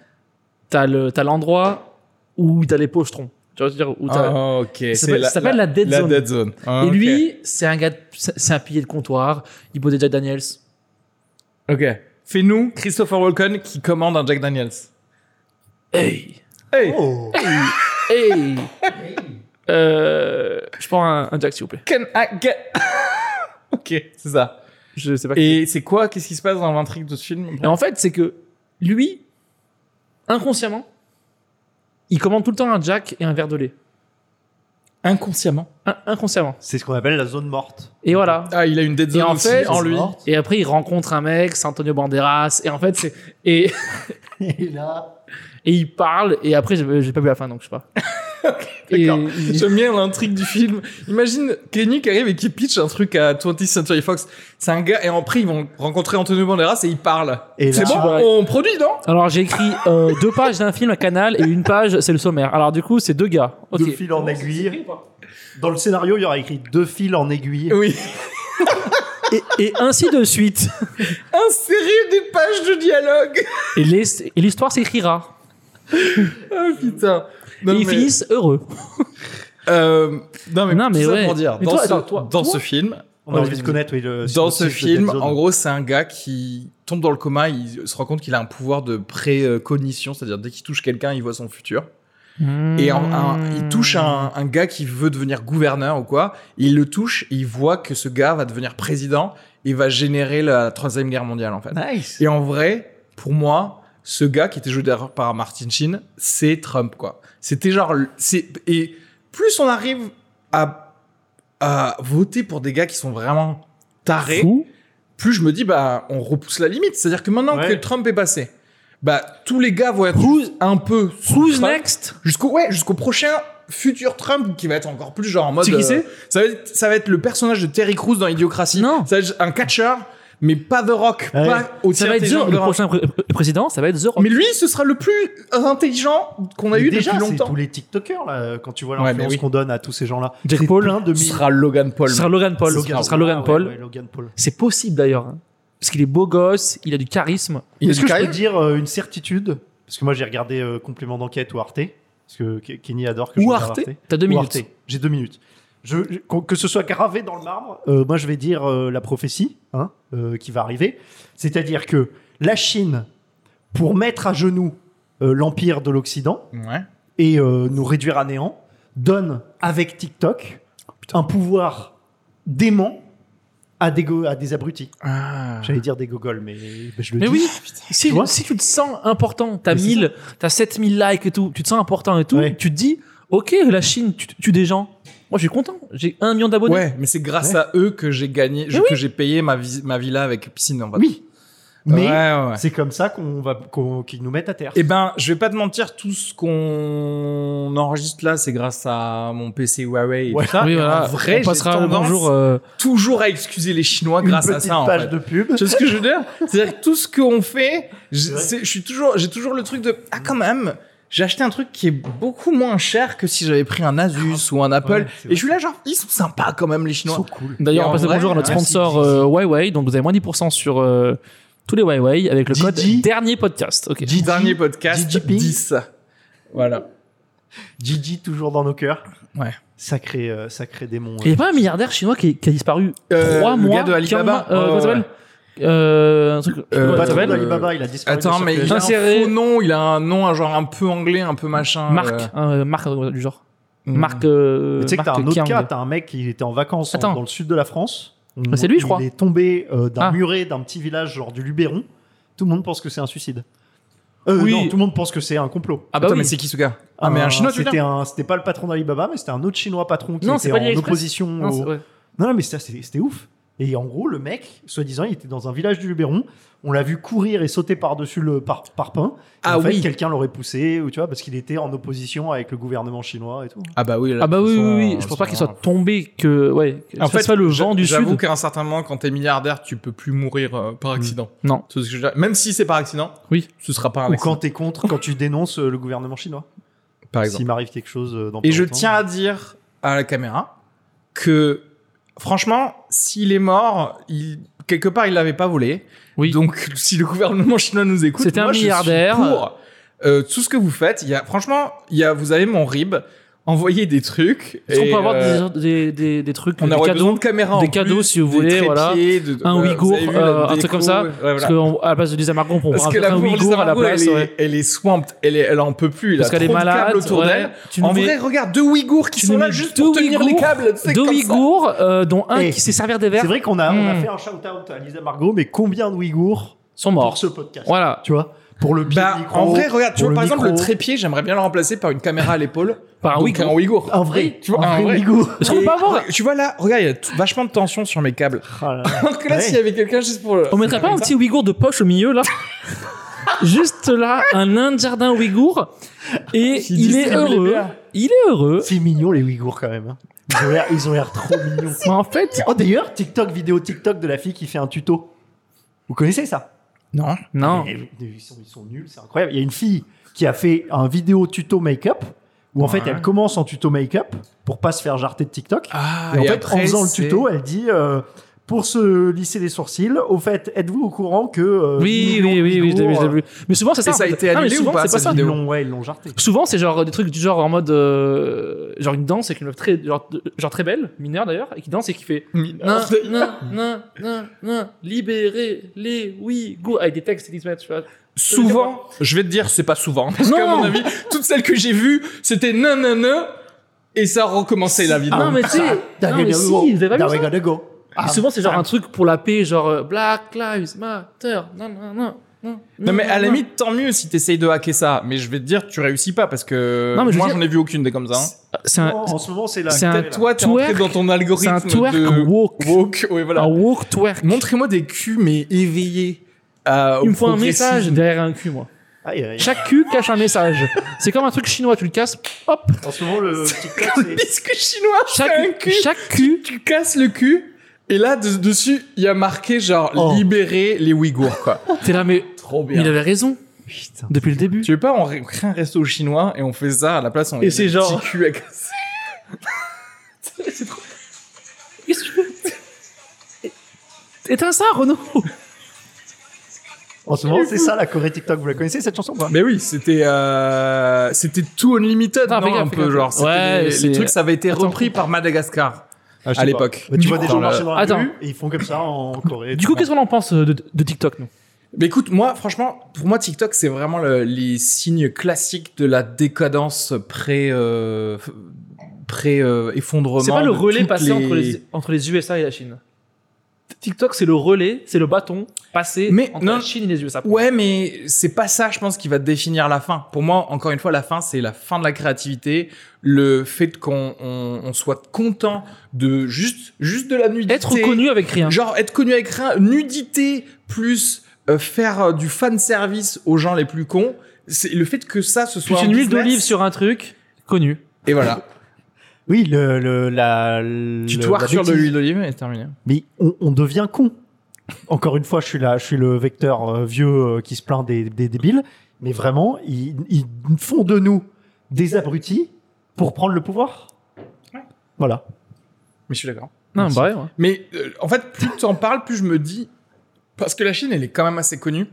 Speaker 3: t'as le- t'as l'endroit où t'as les pochetrons. Tu vois, ce que je veux dire, où t'as-
Speaker 1: Ah, ok. C'est
Speaker 3: s'appelle- ça s'appelle la dead zone.
Speaker 1: dead zone. Ah,
Speaker 3: Et
Speaker 1: ok.
Speaker 3: lui, c'est un gars, de- c'est c'est un pilier de comptoir. Il boit des Jack Daniels.
Speaker 1: Ok. Fais-nous Christopher Walken qui commande un Jack Daniels.
Speaker 3: Hey,
Speaker 1: Hey,
Speaker 2: Oh.
Speaker 1: [laughs]
Speaker 3: hey. Euh, je prends un, un Jack, s'il vous plaît.
Speaker 1: can I get... [laughs] ok, c'est ça.
Speaker 3: Je sais pas. Et,
Speaker 1: Et c'est quoi Qu'est-ce qui se passe dans l'intrigue de ce film
Speaker 3: en fait, c'est que lui, inconsciemment, il commande tout le temps un Jack et un verre de lait.
Speaker 1: Inconsciemment.
Speaker 3: In- inconsciemment.
Speaker 2: C'est ce qu'on appelle la zone morte.
Speaker 3: Et voilà.
Speaker 1: Ah, il a une dead
Speaker 3: Et
Speaker 1: zone
Speaker 3: en
Speaker 1: aussi
Speaker 3: fait-
Speaker 1: en lui.
Speaker 2: Morte.
Speaker 3: Et après, il rencontre un mec, c'est Antonio Banderas. Et en fait, c'est. Et, [laughs]
Speaker 2: Et là,
Speaker 3: et il parle. Et après, j'ai j'ai pas vu la fin, donc je
Speaker 1: [laughs]
Speaker 3: sais pas. Et
Speaker 1: D'accord.
Speaker 3: il-
Speaker 1: [laughs] J'aime bien l'intrigue du film. Imagine Kenny qui arrive et qui pitch un truc à 20th Century Fox. C'est un gars, et en prix, ils vont rencontrer Antonio Banderas et ils parlent.
Speaker 2: Et
Speaker 1: C'est
Speaker 2: là-
Speaker 1: bon,
Speaker 3: Tu vas-
Speaker 1: on produit, non
Speaker 3: Alors j'ai écrit euh, deux pages d'un film à Canal et une page c'est le sommaire. Alors du coup c'est deux gars. Ok.
Speaker 2: deux fils en aiguille. Dans le scénario, il y aura écrit deux fils en aiguille.
Speaker 1: Oui.
Speaker 3: Et, et ainsi de suite.
Speaker 1: Insérer des pages de dialogue. [laughs]
Speaker 3: Et l'his- et l'histoire s'écrira.
Speaker 1: Ah putain. Non,
Speaker 3: et ils
Speaker 1: mais-
Speaker 3: finissent heureux.
Speaker 1: Euh, non mais,
Speaker 3: Non, mais
Speaker 1: tout ça
Speaker 3: ouais.
Speaker 1: pour dire
Speaker 3: Mais
Speaker 1: dans,
Speaker 3: toi,
Speaker 1: ce,
Speaker 3: attends, toi-
Speaker 1: dans
Speaker 3: toi
Speaker 1: ce film
Speaker 2: On a
Speaker 3: Ouais,
Speaker 2: envie de
Speaker 3: mais-
Speaker 2: connaître, oui, Euh, le
Speaker 1: dans ce
Speaker 2: synopsis de
Speaker 1: film
Speaker 2: Dead Zone.
Speaker 1: en gros c'est un gars qui tombe dans le coma il se rend compte qu'il a un pouvoir de précognition c'est-à-dire dès qu'il touche quelqu'un il voit son futur et en- un-
Speaker 3: Hmm.
Speaker 1: il touche un, un gars qui veut devenir gouverneur ou quoi il le touche et il voit que ce gars va devenir président et va générer la troisième guerre mondiale en fait
Speaker 2: Nice.
Speaker 1: et en vrai, pour moi, ce gars qui était joué derrière par Martin Sheen, c'est Trump, quoi. C'était genre. le- c'est Et plus on arrive à, à voter pour des gars qui sont vraiment tarés,
Speaker 3: Fou.
Speaker 1: plus je me dis, bah, on repousse la limite. C'est-à-dire que maintenant
Speaker 2: Ouais.
Speaker 1: que Trump est passé, bah, tous les gars voient un peu. sous
Speaker 3: Who's
Speaker 1: Trump
Speaker 3: next
Speaker 1: Jusqu'au ouais, jusqu'au prochain futur Trump qui va être encore plus genre en mode.
Speaker 3: Tu sais qui
Speaker 1: euh,
Speaker 3: c'est
Speaker 1: ça va, être, ça va être le personnage de Terry Crews dans Idiocratie.
Speaker 3: Non.
Speaker 1: Ça va être un catcher, mais pas The Rock.
Speaker 2: Ouais.
Speaker 1: Pas au
Speaker 3: Ça va être
Speaker 1: tiers
Speaker 3: The,
Speaker 1: des genres de
Speaker 3: le prochain pré- pré- président, ça va être The Rock.
Speaker 1: mais lui, ce sera le plus intelligent qu'on a
Speaker 2: Mais
Speaker 1: eu
Speaker 2: déjà,
Speaker 1: depuis
Speaker 2: c'est
Speaker 1: longtemps.
Speaker 2: tous les TikTokers là, quand tu vois
Speaker 1: Ouais, mais
Speaker 2: l'influence
Speaker 1: oui.
Speaker 2: qu'on donne à tous ces gens-là.
Speaker 3: Jack
Speaker 2: C'est
Speaker 3: Paul,
Speaker 2: plein de
Speaker 1: Ce
Speaker 2: mille-
Speaker 1: sera Logan Paul.
Speaker 3: Ce sera Logan Paul.
Speaker 2: Logan,
Speaker 3: Ce sera Logan
Speaker 2: Ah,
Speaker 3: Paul.
Speaker 2: ouais, ouais, Logan Paul.
Speaker 3: C'est possible d'ailleurs. hein. Parce qu'il est beau gosse, il a du charisme.
Speaker 1: Il
Speaker 2: Est-ce
Speaker 1: est
Speaker 2: que je
Speaker 1: carré-
Speaker 2: peux dire euh, une certitude Parce que moi, j'ai regardé euh, Complément d'enquête ou Arte, parce que Ke- Kenny adore que je
Speaker 3: Ou
Speaker 2: regarde
Speaker 3: Arte. T'as deux
Speaker 2: Ou
Speaker 3: minutes.
Speaker 2: Arte. J'ai deux minutes. Je, je- qu'on- que ce soit gravé dans le marbre, euh, moi, je vais dire euh, la prophétie hein, euh, qui va arriver. C'est-à-dire que la Chine, pour mettre à genoux euh, l'empire de l'Occident
Speaker 1: Ouais.
Speaker 2: et euh, nous réduire à néant, donne avec TikTok un pouvoir dément à des, go- à des abrutis.
Speaker 3: Ah.
Speaker 1: Ah.
Speaker 2: J'allais dire des gogoles, mais ben, je le
Speaker 3: Mais
Speaker 2: dis.
Speaker 3: oui, si,
Speaker 2: Tu vois
Speaker 3: si tu te sens important, t'as
Speaker 2: Mais c'est
Speaker 3: 1000, t'as 7000 likes et tout, tu te sens important et tout,
Speaker 2: Ouais.
Speaker 3: tu te dis, ok, la Chine tu tue des gens. Moi, je suis content, j'ai un million d'abonnés.
Speaker 1: Ouais, mais c'est grâce
Speaker 2: Ouais.
Speaker 1: à eux que j'ai gagné, je-
Speaker 3: Mais oui.
Speaker 1: que j'ai payé ma, vis- ma villa avec piscine en fait.
Speaker 2: Oui. Mais
Speaker 1: Ouais, ouais.
Speaker 2: c'est comme ça qu'on va qu'on- qu'ils nous mettent à terre.
Speaker 1: Eh ben, je vais pas te mentir, tout ce qu'on enregistre là, c'est grâce à mon PC Huawei. et
Speaker 2: Ouais.
Speaker 1: tout ça.
Speaker 3: Oui,
Speaker 1: Et
Speaker 3: voilà,
Speaker 1: en vrai,
Speaker 3: on passera
Speaker 1: j'ai
Speaker 3: le
Speaker 1: tendance
Speaker 3: bonjour. euh,
Speaker 1: toujours à excuser les Chinois
Speaker 2: Une
Speaker 1: grâce à
Speaker 2: petite
Speaker 1: ça. en
Speaker 2: page
Speaker 1: fait.
Speaker 2: de pub.
Speaker 1: Tu vois ce que je veux dire C'est-à-dire que tout ce qu'on fait, je
Speaker 2: vrai.
Speaker 1: c'est- je suis toujours, j'ai toujours le truc de ah quand même, j'ai acheté un truc qui est beaucoup moins cher que si j'avais pris un Asus ou un Apple.
Speaker 2: Ouais, c'est
Speaker 1: et je suis là genre ils sont sympas quand même les
Speaker 2: Ils
Speaker 1: Chinois.
Speaker 2: sont cool.
Speaker 3: D'ailleurs,
Speaker 1: Et
Speaker 3: on
Speaker 1: en
Speaker 3: passe le
Speaker 1: vrai,
Speaker 3: bonjour à notre
Speaker 1: merci,
Speaker 3: sponsor
Speaker 1: Gigi.
Speaker 3: euh, Huawei, donc vous avez moins 10% sur euh, tous les Huawei avec le code
Speaker 2: Gigi.
Speaker 3: dernier podcast. Ok.
Speaker 2: Gigi,
Speaker 1: Dernier podcast
Speaker 2: Gigi Ping.
Speaker 1: 10. Voilà.
Speaker 2: Gigi toujours dans nos cœurs.
Speaker 1: Ouais.
Speaker 2: Sacré, euh, sacré démon.
Speaker 3: Il n'y
Speaker 2: euh.
Speaker 3: a pas un milliardaire chinois qui, qui a disparu
Speaker 1: Euh,
Speaker 3: 3
Speaker 1: le
Speaker 3: mois
Speaker 1: gars de Alibaba.
Speaker 3: qui a- euh, Comment
Speaker 1: Ouais,
Speaker 3: ça
Speaker 1: ouais.
Speaker 3: s'appelle euh, un truc,
Speaker 1: Euh,
Speaker 2: Le
Speaker 3: comment ça
Speaker 2: patron
Speaker 1: Patel.
Speaker 3: s'appelle
Speaker 2: d'Alibaba, il a disparu.
Speaker 1: Attends,
Speaker 2: de
Speaker 1: mais il
Speaker 2: circulation.
Speaker 1: a un
Speaker 3: Inséré.
Speaker 1: faux nom, il a un nom, un genre un peu anglais, un peu machin.
Speaker 3: Marc,
Speaker 1: euh,
Speaker 3: un, euh, Marc euh, du genre.
Speaker 1: hmm.
Speaker 3: Marc. euh,
Speaker 2: Mais Tu sais que t'as
Speaker 3: Marc
Speaker 2: un autre
Speaker 3: King.
Speaker 2: cas, t'as un mec qui était en vacances en-
Speaker 3: Attends.
Speaker 2: dans le sud de la France.
Speaker 3: Bah, c'est lui, je crois.
Speaker 2: Il est tombé euh, d'un
Speaker 3: Ah.
Speaker 2: muret d'un petit village, genre du Luberon. Tout le monde pense que c'est un suicide. Euh,
Speaker 3: Oui.
Speaker 2: Non, tout le monde pense que c'est un complot.
Speaker 3: Ah bah
Speaker 1: Attends,
Speaker 3: oui.
Speaker 1: mais c'est qui ce gars Ah, mais un chinois, tu veux
Speaker 2: c'était un- C'était pas le patron d'Alibaba, mais c'était un autre chinois patron qui
Speaker 3: Non, c'est
Speaker 2: était
Speaker 3: pas Lily
Speaker 2: en
Speaker 3: Express.
Speaker 2: opposition
Speaker 3: Non,
Speaker 2: au-
Speaker 3: c'est- ouais.
Speaker 2: Non, non, mais ça, c'était c'était ouf. Et en gros, le mec, soi-disant, il était dans un village du Luberon. On l'a vu courir et sauter par-dessus le par parpaing. Et
Speaker 1: Ah
Speaker 2: en fait,
Speaker 1: oui.
Speaker 2: quelqu'un l'aurait poussé, ou tu vois, parce qu'il était en opposition avec le gouvernement chinois et tout.
Speaker 1: Ah bah oui. là,
Speaker 3: Ah bah
Speaker 1: de toute
Speaker 3: oui,
Speaker 1: façon,
Speaker 3: oui, oui.
Speaker 1: euh,
Speaker 3: Je pense pas
Speaker 1: c'est
Speaker 3: qu'il
Speaker 1: vraiment-
Speaker 3: soit tombé que ouais. que
Speaker 1: En
Speaker 3: ce
Speaker 1: fait,
Speaker 3: soit le
Speaker 1: j'a-
Speaker 3: vent du
Speaker 1: J'avoue
Speaker 3: sud. Mm.
Speaker 1: qu'à un certain moment, quand t'es milliardaire, tu peux plus mourir euh, par accident.
Speaker 3: Non.
Speaker 1: C'est ce que je veux dire. Même si c'est par accident,
Speaker 3: Oui.
Speaker 1: ce sera pas un
Speaker 2: Ou
Speaker 1: accident,
Speaker 2: quand t'es contre, quand tu dénonces euh, le gouvernement chinois.
Speaker 1: par exemple.
Speaker 2: S'il m'arrive quelque chose euh, dans
Speaker 1: Et
Speaker 2: pas
Speaker 1: je
Speaker 2: longtemps.
Speaker 1: tiens à dire à la caméra que, franchement, s'il est mort, il- quelque part, il l'avait pas volé.
Speaker 3: Oui.
Speaker 1: Donc, si le gouvernement chinois nous écoute,
Speaker 3: C'était un
Speaker 1: moi, je suis
Speaker 3: milliardaire.
Speaker 1: pour euh, tout ce que vous faites. Il y a, franchement, il y a, vous avez mon rib. Envoyez des trucs.
Speaker 3: Est-ce qu'on
Speaker 1: et,
Speaker 3: peut avoir
Speaker 1: euh,
Speaker 3: des, des, des, des trucs,
Speaker 1: on
Speaker 3: des
Speaker 1: aurait besoin
Speaker 3: cadeaux
Speaker 1: de caméras en
Speaker 3: des cadeaux,
Speaker 1: plus,
Speaker 3: si vous
Speaker 1: des
Speaker 3: voulez, voilà.
Speaker 1: trépieds, de-
Speaker 3: Un
Speaker 1: euh,
Speaker 3: Ouïghour,
Speaker 1: vous avez vu la
Speaker 3: euh, un truc
Speaker 1: déco,
Speaker 3: comme ça,
Speaker 1: ouais, voilà.
Speaker 3: Parce qu'à la place de Lisa Margot, on pourra
Speaker 1: Parce que
Speaker 3: rajouter
Speaker 1: la
Speaker 3: un
Speaker 1: pauvre
Speaker 3: Ouïghour
Speaker 1: Lisa
Speaker 3: à la
Speaker 1: Margot,
Speaker 3: place.
Speaker 1: elle, est-
Speaker 3: ouais.
Speaker 1: elle est swamped, elle, est- elle en peut plus. Il
Speaker 3: Parce
Speaker 1: a
Speaker 3: qu'elle est
Speaker 1: trop de
Speaker 3: malade.
Speaker 1: câbles autour
Speaker 3: ouais.
Speaker 1: d'elle.
Speaker 3: Tu
Speaker 1: En
Speaker 3: nous mets
Speaker 1: vrai, regarde, deux Ouïghours qui
Speaker 3: tu
Speaker 1: sont
Speaker 3: nous
Speaker 1: là
Speaker 3: mets
Speaker 1: juste
Speaker 3: deux
Speaker 1: pour tenir les
Speaker 3: Ouïghours,
Speaker 1: câbles. tu sais,
Speaker 3: deux
Speaker 1: comme ça.
Speaker 3: Ouïghours, euh, dont un
Speaker 2: Eh,
Speaker 3: qui s'est servi des
Speaker 2: C'est
Speaker 3: verres,
Speaker 2: vrai qu'on a, on a
Speaker 3: Hmm.
Speaker 2: fait un shout-out à Lisa Margot, mais combien de Ouïghours
Speaker 3: sont
Speaker 2: pour
Speaker 3: morts.
Speaker 2: ce podcast
Speaker 3: Voilà.
Speaker 2: Tu vois Pour le pied
Speaker 1: Bah,
Speaker 2: micro,
Speaker 1: en vrai, regarde, tu vois,
Speaker 2: pour le
Speaker 1: par exemple, le
Speaker 2: micro.
Speaker 1: trépied, j'aimerais bien le remplacer par une caméra à l'épaule.
Speaker 3: Par un
Speaker 1: donc
Speaker 3: Ah,
Speaker 1: euh, Un
Speaker 3: Ouïghour.
Speaker 1: Ouïghour.
Speaker 2: Un vrai,
Speaker 1: tu vois,
Speaker 2: un
Speaker 1: un
Speaker 2: vrai
Speaker 1: vrai.
Speaker 2: Ouïghour.
Speaker 1: [laughs]
Speaker 3: Est-ce qu'on peut pas avoir-
Speaker 1: Tu vois là, regarde, il y a t- vachement de tension sur mes
Speaker 3: [laughs]
Speaker 1: câbles.
Speaker 2: Oh là là.
Speaker 1: Alors que là,
Speaker 2: Ouais.
Speaker 1: s'il y avait quelqu'un juste pour le.
Speaker 3: On mettrait pas un petit Ouïghour de poche au
Speaker 1: [laughs]
Speaker 3: milieu, là Juste là, un nain de jardin Ouïghour. Et
Speaker 1: Qui
Speaker 3: il est
Speaker 1: distribue les
Speaker 3: heureux.
Speaker 1: bières.
Speaker 3: Il est heureux.
Speaker 2: C'est mignon les Ouïghours quand même. hein. Ils ont l'air- Ils ont l'air trop
Speaker 3: [laughs]
Speaker 2: mignons.
Speaker 3: Mais en fait,
Speaker 2: Oh d'ailleurs, TikTok, vidéo TikTok de la fille qui fait un tuto. Vous connaissez ça
Speaker 1: Non.
Speaker 3: non.
Speaker 2: Mais Ils sont, ils sont nuls, c'est incroyable. Il y a une fille qui a fait un vidéo tuto make-up où en fait
Speaker 1: Ouais.
Speaker 2: elle commence en tuto make-up pour pas se faire jarter de TikTok.
Speaker 1: Ah,
Speaker 2: et en fait,
Speaker 1: après,
Speaker 2: en faisant le
Speaker 1: c'est-
Speaker 2: tuto, elle dit euh, pour se lisser les sourcils, au fait, êtes-vous au courant que euh,
Speaker 3: Oui,
Speaker 2: dix millions
Speaker 3: oui,
Speaker 2: de
Speaker 3: oui, oui, je l'ai vu, je
Speaker 2: Ouïghours,
Speaker 3: l'ai vu. Mais souvent, c'est
Speaker 1: Et
Speaker 3: ça.
Speaker 1: ça a
Speaker 3: en fait.
Speaker 1: été
Speaker 3: Non, mais
Speaker 1: annulé ou
Speaker 3: souvent,
Speaker 1: pas,
Speaker 3: c'est pas
Speaker 1: cette
Speaker 3: ça.
Speaker 2: ils
Speaker 1: vidéo
Speaker 2: l'ont- ouais, ils l'ont jarté.
Speaker 3: Souvent, c'est genre des trucs du genre en mode. euh, genre une danse avec une meuf très, genre, genre très belle, mineure d'ailleurs, et qui danse et qui fait. Non, non, non, non, non, libérer les Ouïghours. Avec des textes et des images, tu vois.
Speaker 1: Souvent, je vais te dire, c'est pas souvent. Parce qu'à
Speaker 3: Non.
Speaker 1: mon avis, toutes celles que j'ai vues, c'était non, non, non. Et ça recommençait la vidéo.
Speaker 3: non, mais tu sais. Non, mais si, vous avez pas Ah, vu ça
Speaker 2: gotta go. Ah.
Speaker 3: Et souvent, c'est genre un truc pour la paix, genre euh, Black Lives Matter. Non, non, non. Non,
Speaker 1: Non, mais à la
Speaker 3: non.
Speaker 1: limite, tant mieux si t'essayes de hacker ça. Mais je vais te dire, tu réussis pas parce que
Speaker 3: Non, mais je
Speaker 1: moi,
Speaker 3: veux dire-
Speaker 1: j'en ai vu aucune des comme ça. hein.
Speaker 3: C'est un,
Speaker 2: en ce moment, c'est la.
Speaker 3: c'est un-
Speaker 2: telle, là.
Speaker 1: Toi, t'es rentré
Speaker 3: twerk.
Speaker 1: dans ton
Speaker 3: c'est
Speaker 1: algorithme
Speaker 3: un twerk
Speaker 1: de
Speaker 3: woke.
Speaker 1: woke. Ouais, voilà.
Speaker 3: Un woke twerk.
Speaker 1: Montrez-moi des culs, mais éveillés. euh, à- au
Speaker 3: Il me faut un
Speaker 1: progressisme.
Speaker 3: message
Speaker 1: [laughs]
Speaker 3: derrière un cul, moi.
Speaker 2: Aïe, aïe.
Speaker 3: Chaque cul cache un message. C'est comme un truc chinois, tu le casses, hop.
Speaker 2: En ce moment,
Speaker 3: [laughs]
Speaker 2: le TikTok,
Speaker 1: Le
Speaker 2: c'est.
Speaker 1: biscuit chinois, c'est
Speaker 3: Chaque,
Speaker 1: un cul.
Speaker 3: chaque cul.
Speaker 1: Tu casses le cul. Et là, de- dessus, il y a marqué genre
Speaker 2: Oh.
Speaker 1: libérer les Ouïghours,
Speaker 3: [laughs]
Speaker 1: quoi.
Speaker 3: T'es là, mais
Speaker 1: Trop
Speaker 3: mais il avait raison
Speaker 2: Putain.
Speaker 3: depuis le début.
Speaker 1: Tu veux pas, on ré- crée un resto chinois et on fait ça à la place, on met
Speaker 3: c'est
Speaker 1: des
Speaker 3: genre-
Speaker 1: petits culs à casser.
Speaker 3: Qu'est-ce que tu veux Éteins ça, Renaud.
Speaker 2: En ce moment, c'est ça la Corée TikTok. Vous la connaissez cette chanson ou pas
Speaker 1: Mais oui, c'était euh, c'était tout unlimited,
Speaker 3: Ah,
Speaker 1: non,
Speaker 3: fais gaffe,
Speaker 1: un
Speaker 3: fais
Speaker 1: peu
Speaker 3: gaffe.
Speaker 1: genre. c'était
Speaker 3: Ouais,
Speaker 1: les- les
Speaker 3: c'est-
Speaker 1: trucs, ça avait été
Speaker 3: Attends.
Speaker 1: repris par Madagascar
Speaker 2: Ah, je sais
Speaker 1: à
Speaker 2: pas.
Speaker 1: l'époque.
Speaker 2: Bah, tu vois
Speaker 1: Du
Speaker 2: des
Speaker 1: coup, dans
Speaker 2: gens
Speaker 1: le-
Speaker 2: marcher dans la
Speaker 3: Attends.
Speaker 2: rue et ils font comme ça en Corée.
Speaker 3: Du coup, qu'est-ce qu'on en pense euh, de, de TikTok, nous
Speaker 1: Mais écoute, moi, franchement, pour moi, TikTok, c'est vraiment le- les signes classiques de la décadence pré, euh, f- pré euh, effondrement.
Speaker 3: C'est pas le
Speaker 1: de
Speaker 3: relais
Speaker 1: toutes
Speaker 3: passé Entre, les, entre les USA et la Chine. TikTok, c'est le relais, c'est le bâton passé
Speaker 1: Mais
Speaker 3: entre
Speaker 1: non.
Speaker 3: la Chine et les USA.
Speaker 1: Ouais, mais c'est pas ça, je pense, qui va définir la fin. Pour moi, encore une fois, la fin, c'est la fin de la créativité, le fait qu'on on, on soit content de juste juste de la nudité.
Speaker 3: Être connu hein. avec rien.
Speaker 1: Genre être connu avec rien, nudité plus euh, faire euh, du fan service aux gens les plus cons. C'est le fait que ça ce
Speaker 3: Tu
Speaker 1: soit
Speaker 3: fais
Speaker 1: un
Speaker 3: une huile
Speaker 1: business,
Speaker 3: d'olive sur un truc connu.
Speaker 1: et voilà.
Speaker 2: Oui, le, le- la.
Speaker 1: Tu
Speaker 2: le-
Speaker 1: twerk
Speaker 2: la
Speaker 1: sur de
Speaker 2: bêtise.
Speaker 1: l'huile d'olive et terminé.
Speaker 2: Mais on, on devient con. Encore une fois, je suis là, je suis le vecteur euh, vieux euh, qui se plaint des, des débiles. Mais vraiment, ils, ils font de nous des abrutis pour prendre le pouvoir. Voilà.
Speaker 1: Mais je suis d'accord.
Speaker 3: Non,
Speaker 2: Merci.
Speaker 3: bah ouais, ouais.
Speaker 1: Mais euh, en fait, plus tu en parles, plus je me dis. Parce que la Chine, elle est quand même assez connue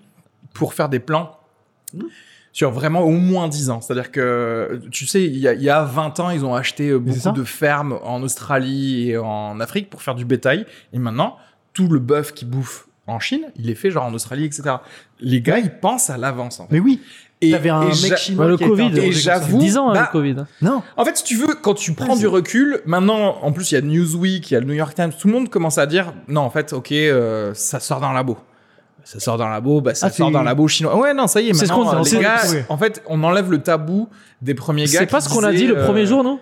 Speaker 1: pour faire des plans sur vraiment au moins 10 ans. C'est-à-dire que, tu sais, il y, a- il y a 20 ans, ils ont acheté euh,
Speaker 2: Mais c'est ça.
Speaker 1: beaucoup de fermes en Australie et en Afrique pour faire du bétail. Et maintenant, tout le bœuf qui bouffe en Chine, il est fait genre en Australie, etc. Les gars, ils pensent à l'avance. En fait.
Speaker 2: Mais oui,
Speaker 1: Et,
Speaker 2: t'avais un
Speaker 1: et
Speaker 2: mec
Speaker 1: j'a-
Speaker 2: chinois.
Speaker 3: Bah, le
Speaker 2: qui a été
Speaker 3: Covid,
Speaker 2: interrogé
Speaker 1: et
Speaker 2: comme ça.
Speaker 1: j'avoue- Vous,
Speaker 3: 10 ans
Speaker 1: bah,
Speaker 3: avec le Covid.
Speaker 2: Non,
Speaker 1: En fait, si tu veux, quand tu prends
Speaker 2: Ouais,
Speaker 1: du
Speaker 2: c'est-
Speaker 1: recul, maintenant, en plus, il y a Newsweek, il y a le New York Times, tout le monde commence à dire non, en fait, ok, euh, ça sort d'un labo. Ça sort d'un labo, bah, ça
Speaker 2: Ah,
Speaker 1: sort
Speaker 2: c'est-
Speaker 1: d'un labo chinois. Ouais, non, ça y est,
Speaker 3: C'est ce
Speaker 1: maintenant,
Speaker 3: qu'on-
Speaker 1: euh, les
Speaker 3: c'est-
Speaker 1: gars,
Speaker 2: oui.
Speaker 1: en fait, on enlève le tabou des premiers gars.
Speaker 3: C'est pas
Speaker 1: qui
Speaker 3: ce qu'on a dit
Speaker 1: disaient,
Speaker 3: le premier
Speaker 1: euh,
Speaker 3: jour, non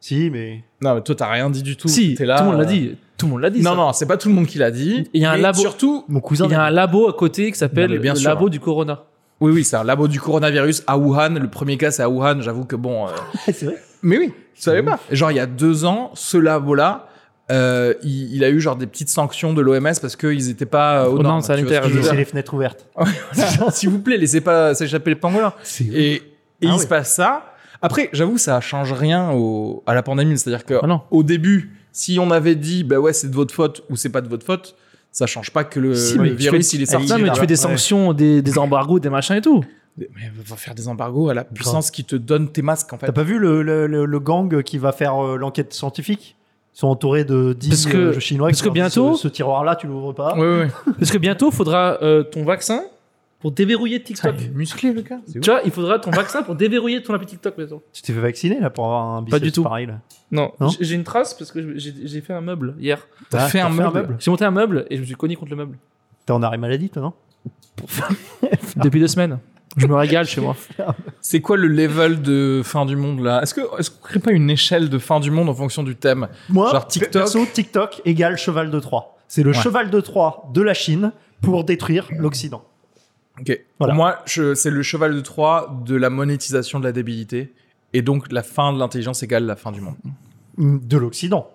Speaker 2: si, mais.
Speaker 1: Non, mais toi, t'as rien dit du tout.
Speaker 3: Si,
Speaker 1: T'es là,
Speaker 3: tout le monde l'a
Speaker 1: euh,
Speaker 3: dit. Tout le monde l'a dit.
Speaker 1: Non,
Speaker 3: ça.
Speaker 1: non, c'est pas tout le monde qui l'a dit.
Speaker 3: Il y a un
Speaker 1: Mais
Speaker 3: labo-
Speaker 1: Surtout,
Speaker 2: Mon cousin.
Speaker 3: Il y a un labo à côté qui s'appelle
Speaker 1: Non, mais bien
Speaker 3: le
Speaker 1: sûr,
Speaker 3: labo
Speaker 1: hein.
Speaker 3: du Corona.
Speaker 1: oui, oui, c'est un labo du coronavirus à Wuhan. Le premier cas, c'est à Wuhan. J'avoue que bon. euh,
Speaker 2: [laughs] c'est vrai.
Speaker 1: Mais oui, je savais pas. Genre, il y a deux ans, ce labo-là, euh, il, il a eu genre des petites sanctions de l'OMS parce qu'ils étaient pas euh,
Speaker 3: Aux
Speaker 1: aux normes,
Speaker 3: normes
Speaker 1: tu vois ce que
Speaker 3: sanitaires,
Speaker 1: je veux
Speaker 3: je
Speaker 1: dire.
Speaker 2: les fenêtres ouvertes.
Speaker 1: [laughs] S'il vous plaît, laissez pas s'échapper le pangolin.
Speaker 2: C'est
Speaker 1: Et, et il
Speaker 2: Ah
Speaker 1: se
Speaker 2: oui.
Speaker 1: passe ça. Après, j'avoue, ça change rien au- à la pandémie. C'est-à-dire que
Speaker 3: Ah non.
Speaker 1: au début, si on avait dit, bah ouais, c'est de votre faute ou c'est pas de votre faute, ça change pas que le,
Speaker 3: Si,
Speaker 1: le
Speaker 3: mais tu
Speaker 1: virus
Speaker 3: fais-
Speaker 1: Euh, il est
Speaker 2: Ah,
Speaker 1: sorti.
Speaker 3: Non, mais
Speaker 2: là,
Speaker 3: tu fais des
Speaker 2: ouais.
Speaker 3: sanctions, des, des embargos, des machins et tout.
Speaker 1: Mais on va faire des embargos à la puissance qui te donne tes masques en fait.
Speaker 2: T'as pas vu le, le- le- le gang qui va faire euh, l'enquête scientifique Ils sont entourés de 10
Speaker 3: Parce que-
Speaker 2: euh, chinois. qui
Speaker 3: parce que
Speaker 2: leur disent,
Speaker 3: bientôt-
Speaker 2: Ce, ce tiroir-là, tu l'ouvres pas.
Speaker 1: Ouais, ouais.
Speaker 3: Parce que bientôt, faudra euh, ton vaccin pour déverrouiller
Speaker 1: Putain,
Speaker 3: TikTok.
Speaker 1: il est musclé le gars. C'est
Speaker 3: Tu vois, il faudra ton vaccin pour déverrouiller ton appli TikTok, par exemple.
Speaker 2: Tu t'es fait vacciner là pour avoir un
Speaker 3: Pas
Speaker 2: biceps
Speaker 3: du tout.
Speaker 2: pareil. Là.
Speaker 3: Non,
Speaker 2: Non
Speaker 3: j- j'ai une trace parce que j'ai j'ai fait un meuble hier.
Speaker 1: ouf. T'as
Speaker 2: Ah,
Speaker 1: fait, un, meuble.
Speaker 3: J'ai monté un meuble et je me suis cogné contre le meuble.
Speaker 2: T'es en arrêt maladie, toi, non
Speaker 3: Depuis deux semaines. Je me régale Ah. chez moi.
Speaker 1: C'est quoi le level de fin du monde là Est-ce que est-ce qu'on crée pas une échelle de fin du monde en fonction du thème
Speaker 2: [laughs] Moi,
Speaker 1: Genre TikTok.
Speaker 2: perso, TikTok égale cheval de Troie. C'est le
Speaker 1: Ouais.
Speaker 2: cheval de Troie de la Chine pour détruire l'Occident.
Speaker 1: Ok.
Speaker 2: Voilà.
Speaker 1: Pour moi, je- c'est le cheval de Troie de la monétisation de la débilité. Et donc, la fin de l'intelligence égale la fin du monde.
Speaker 2: De l'Occident.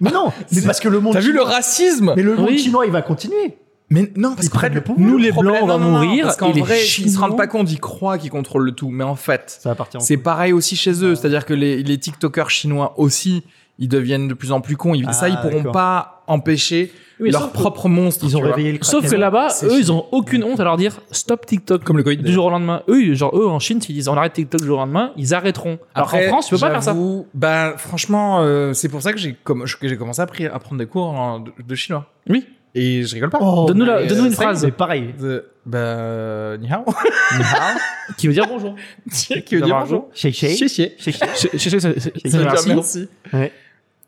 Speaker 2: mais
Speaker 3: [laughs]
Speaker 2: non, mais
Speaker 1: C'est-
Speaker 2: parce que le monde.
Speaker 1: T'as vu le
Speaker 2: chinois-
Speaker 1: racisme
Speaker 2: Mais le monde
Speaker 3: Oui.
Speaker 2: chinois, il va continuer.
Speaker 1: Mais non, parce
Speaker 2: Ils prennent
Speaker 1: que
Speaker 2: le pouvoir.
Speaker 1: nous,
Speaker 3: Les
Speaker 1: les
Speaker 3: Blancs,
Speaker 1: Blancs,
Speaker 3: on va mourir,
Speaker 1: Parce qu'en
Speaker 3: et les
Speaker 1: vrai, ils se
Speaker 3: Chinois-
Speaker 1: rendent pas compte, ils croient qu'ils contrôlent le tout. Mais en fait,
Speaker 2: Ça va partir. en
Speaker 1: C'est
Speaker 2: couille.
Speaker 1: pareil aussi chez eux, c'est-à-dire que les, les TikTokers chinois aussi, ils deviennent de plus en plus cons. Ils- ça,
Speaker 2: Ah,
Speaker 1: ils pourront
Speaker 2: d'accord.
Speaker 1: pas empêcher
Speaker 3: Oui,
Speaker 1: leurs
Speaker 3: sauf que-
Speaker 1: propres monstres.
Speaker 2: Ils ont
Speaker 1: tu vois.
Speaker 2: réveillé le
Speaker 3: Sauf que
Speaker 2: Kraken.
Speaker 3: là-bas,
Speaker 1: C'est
Speaker 3: eux,
Speaker 1: chiant.
Speaker 3: ils ont aucune honte à leur dire stop TikTok.
Speaker 1: Comme le Covid.
Speaker 3: du jour au lendemain. Eux, ils- genre, eux, en Chine, s'ils disent on arrête TikTok du jour au lendemain, ils arrêteront. Alors qu'en
Speaker 1: Après,
Speaker 3: France, tu peux pas faire ça.
Speaker 1: j'avoue, Ben, franchement, euh, c'est pour ça que j'ai comm- que j'ai commencé à, pri- à prendre des cours en- de, de chinois.
Speaker 3: Oui.
Speaker 1: Et je rigole pas.
Speaker 2: Oh,
Speaker 3: Donne-nous la-
Speaker 1: mais,
Speaker 3: donne-nous
Speaker 1: euh,
Speaker 3: une
Speaker 1: ça,
Speaker 3: phrase
Speaker 2: C'est pareil.
Speaker 1: De- ben, ni hao.
Speaker 3: Ah. qui veut dire [laughs] bonjour.
Speaker 1: Qui veut dire
Speaker 3: D'avoir
Speaker 1: bonjour.
Speaker 2: Chez chez.
Speaker 1: Chier, chier.
Speaker 2: Chez chez.
Speaker 3: Je- je- je- je- je- je-
Speaker 1: Ça veut dire
Speaker 3: Euh, merci.
Speaker 1: merci.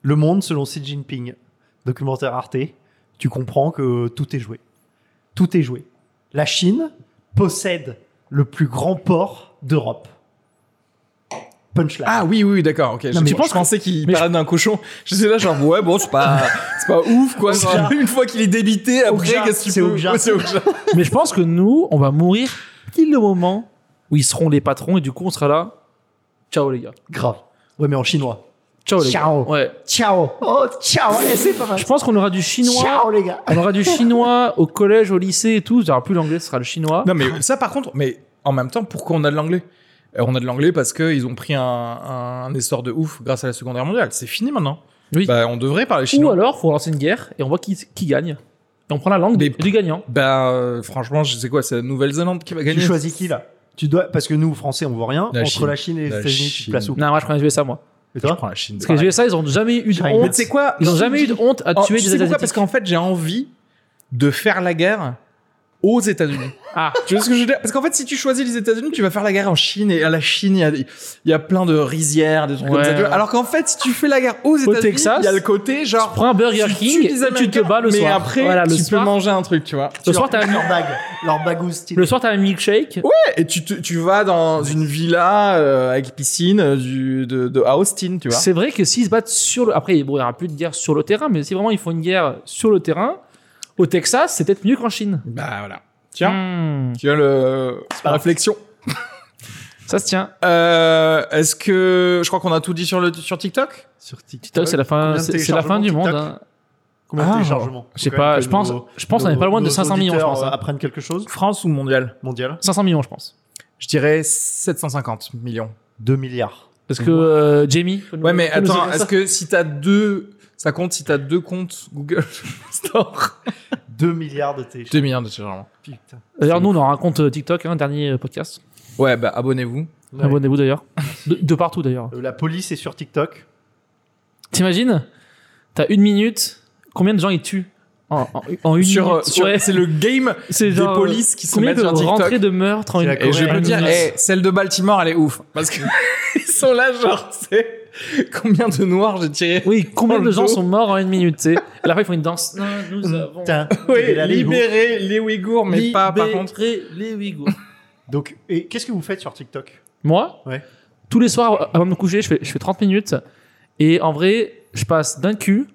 Speaker 2: Le monde selon Xi Jinping, documentaire Arte, tu comprends que tout est joué. Tout est joué. La Chine possède le plus grand port d'Europe. Punchline.
Speaker 1: Ah oui, oui, oui, d'accord, ok. je,
Speaker 2: mais
Speaker 1: je
Speaker 2: pense
Speaker 1: pensais qu'il
Speaker 3: mais
Speaker 1: parlait d'un cochon. Je sais là, genre, ouais, bon, c'est pas, c'est pas ouf, quoi.
Speaker 2: Objet.
Speaker 1: Genre, une fois qu'il est débité,
Speaker 2: Objet,
Speaker 1: après, qu'est-ce que tu
Speaker 2: c'est
Speaker 1: peux
Speaker 2: objet.
Speaker 1: Ouais, c'est objet.
Speaker 3: Mais je pense que nous, on va mourir pile le moment où ils seront les patrons et du coup, on sera là. Ciao les gars.
Speaker 2: Grave. Ouais, mais en chinois.
Speaker 3: Ciao les
Speaker 2: Ciao.
Speaker 3: gars. Ouais.
Speaker 2: Ciao. Oh, ciao. [laughs] Eh, c'est pas mal.
Speaker 3: Je pense qu'on aura du chinois
Speaker 2: Ciao, les gars.
Speaker 3: On aura du chinois au collège, au lycée et tout. Il n'y aura plus l'anglais, ce sera le chinois.
Speaker 1: Non, mais ça, par contre, mais en même temps, pourquoi on a de l'anglais Euh, On a de l'anglais parce qu'ils ont pris un, un essor de ouf grâce à la Seconde Guerre mondiale. C'est fini maintenant.
Speaker 3: Oui.
Speaker 1: Bah, on devrait parler
Speaker 3: Ou
Speaker 1: chinois.
Speaker 3: alors, faut lancer une guerre et on voit qui, qui gagne. Et on prend la langue
Speaker 1: Des-
Speaker 3: du, du gagnant.
Speaker 1: Bah, euh, franchement, je sais quoi, c'est la Nouvelle-Zélande qui va
Speaker 2: Tu
Speaker 1: gagner.
Speaker 2: choisis qui là Tu dois parce que nous français on voit rien
Speaker 1: La
Speaker 2: entre
Speaker 1: Chine.
Speaker 2: la Chine et les
Speaker 1: La
Speaker 2: États-Unis tu te
Speaker 1: Chine.
Speaker 2: places où
Speaker 3: Non, moi je prends les USA, moi.
Speaker 2: Et
Speaker 1: Je
Speaker 2: toi
Speaker 1: prends la Chine.
Speaker 3: Parce que les USA, ils n'ont jamais eu de
Speaker 2: China.
Speaker 1: Mais
Speaker 3: honte.
Speaker 1: tu sais quoi
Speaker 3: Ils n'ont jamais eu de honte à
Speaker 1: Oh,
Speaker 3: tuer
Speaker 1: tu
Speaker 3: des
Speaker 1: sais pourquoi
Speaker 3: Asiatiques.
Speaker 1: Parce qu'en fait, j'ai envie de faire la guerre aux États-Unis.
Speaker 3: Ah,
Speaker 1: Tu vois ce que je veux dire Parce qu'en fait, si tu choisis les États-Unis, tu vas faire la guerre en Chine et à la Chine, il y a, il y a plein de rizières, des trucs
Speaker 3: Ouais,
Speaker 1: comme ça. tu vois.
Speaker 3: ouais.
Speaker 1: Alors qu'en fait, si tu fais la guerre aux États-Unis,
Speaker 3: Texas,
Speaker 1: il y a le côté genre.
Speaker 3: prends un Burger
Speaker 1: tu
Speaker 3: King
Speaker 1: tues
Speaker 3: et
Speaker 1: des
Speaker 3: tu te
Speaker 1: Américains,
Speaker 3: bats le
Speaker 1: mais
Speaker 3: soir.
Speaker 1: après,
Speaker 3: Voilà, le
Speaker 1: tu
Speaker 3: soir-
Speaker 1: peux manger un truc, tu vois.
Speaker 3: Le soir, t'as un-
Speaker 2: leur bague, leur bague au style.
Speaker 3: le soir, t'as un milkshake.
Speaker 1: Et tu, te- tu vas dans une villa euh, avec piscine euh, du, de, de- à Austin, tu vois.
Speaker 3: C'est vrai que s'ils se battent sur le. Après, bon, il n'y aura plus de guerre sur le terrain, mais si vraiment ils font une guerre sur le terrain, au Texas, c'est peut-être mieux qu'en Chine.
Speaker 1: Bah voilà. Tiens,
Speaker 3: Hmm,
Speaker 1: tu as le, la réflexion.
Speaker 3: ça se tient.
Speaker 1: Euh, Est-ce que je crois qu'on a tout dit sur le sur TikTok
Speaker 2: Sur
Speaker 3: TikTok, c'est la fin,
Speaker 2: Combien de
Speaker 3: c'est c'est la
Speaker 2: téléchargements
Speaker 3: fin du monde.
Speaker 2: TikTok
Speaker 3: hein.
Speaker 2: Combien de
Speaker 1: Ah,
Speaker 2: téléchargements
Speaker 3: Je sais
Speaker 2: Faut quand
Speaker 3: pas,
Speaker 2: même
Speaker 3: je
Speaker 2: que
Speaker 3: pense,
Speaker 2: nos-
Speaker 3: je pense qu'on
Speaker 2: nos-
Speaker 3: est pas loin de
Speaker 2: nos
Speaker 3: 500 millions, je
Speaker 2: auditeurs,
Speaker 3: pense.
Speaker 2: euh,
Speaker 3: hein.
Speaker 2: Apprennent quelque chose
Speaker 1: France ou mondial
Speaker 2: mondial
Speaker 3: 500 millions, je pense.
Speaker 1: Je dirais 750 millions.
Speaker 2: 2 milliards.
Speaker 3: Parce que euh, Jamie. faut nous-
Speaker 1: Ouais, mais
Speaker 3: faut nous
Speaker 1: attends,
Speaker 3: dire ça.
Speaker 1: est-ce que si t'as deux. Ça compte si t'as deux comptes Google [laughs] Store
Speaker 2: 2 milliards de téléchargements.
Speaker 1: 2 milliards de téléchargements.
Speaker 2: Putain.
Speaker 3: D'ailleurs, nous, on aura un compte euh, TikTok, hein, dernier euh, podcast.
Speaker 1: Ouais, bah abonnez-vous.
Speaker 2: Ouais.
Speaker 3: Abonnez-vous d'ailleurs. De, de partout d'ailleurs.
Speaker 2: Euh, La police est sur TikTok.
Speaker 3: T'imagines T'as une minute, combien de gens ils tuent en, en- en une
Speaker 1: Sur, euh,
Speaker 3: minute
Speaker 1: sur-
Speaker 3: Ouais,
Speaker 1: C'est le game
Speaker 3: c'est
Speaker 1: des
Speaker 3: genre, euh,
Speaker 1: polices qui se
Speaker 3: Combien
Speaker 1: mettent
Speaker 3: de
Speaker 1: sur
Speaker 3: rentrées
Speaker 1: TikTok.
Speaker 3: de euh, meurtres en
Speaker 2: C'est
Speaker 3: une
Speaker 2: la
Speaker 1: Et je
Speaker 2: Ouais,
Speaker 1: peux
Speaker 2: une
Speaker 1: dire,
Speaker 2: minute.
Speaker 1: eh, celle de Baltimore, elle est ouf. Parce que [laughs] ils sont là, genre, c'est combien de noirs j'ai tiré
Speaker 3: Oui, combien
Speaker 1: Eh, Dans
Speaker 3: de
Speaker 1: le
Speaker 3: gens
Speaker 1: dos.
Speaker 3: sont morts en une minute tu sais À la fin, ils font une danse. Euh, Non, nous avons.
Speaker 2: Putain.
Speaker 1: [laughs] Oui,
Speaker 2: Elle est allée où
Speaker 1: libérer les Ouïghours, mais pas par contre.
Speaker 3: libéré les Ouïghours.
Speaker 2: Donc, et qu'est-ce que vous faites sur TikTok
Speaker 3: Moi,
Speaker 2: Ouais.
Speaker 3: tous les soirs euh, avant de me coucher, je fais, je fais 30 minutes. Et en vrai, je passe d'un cul,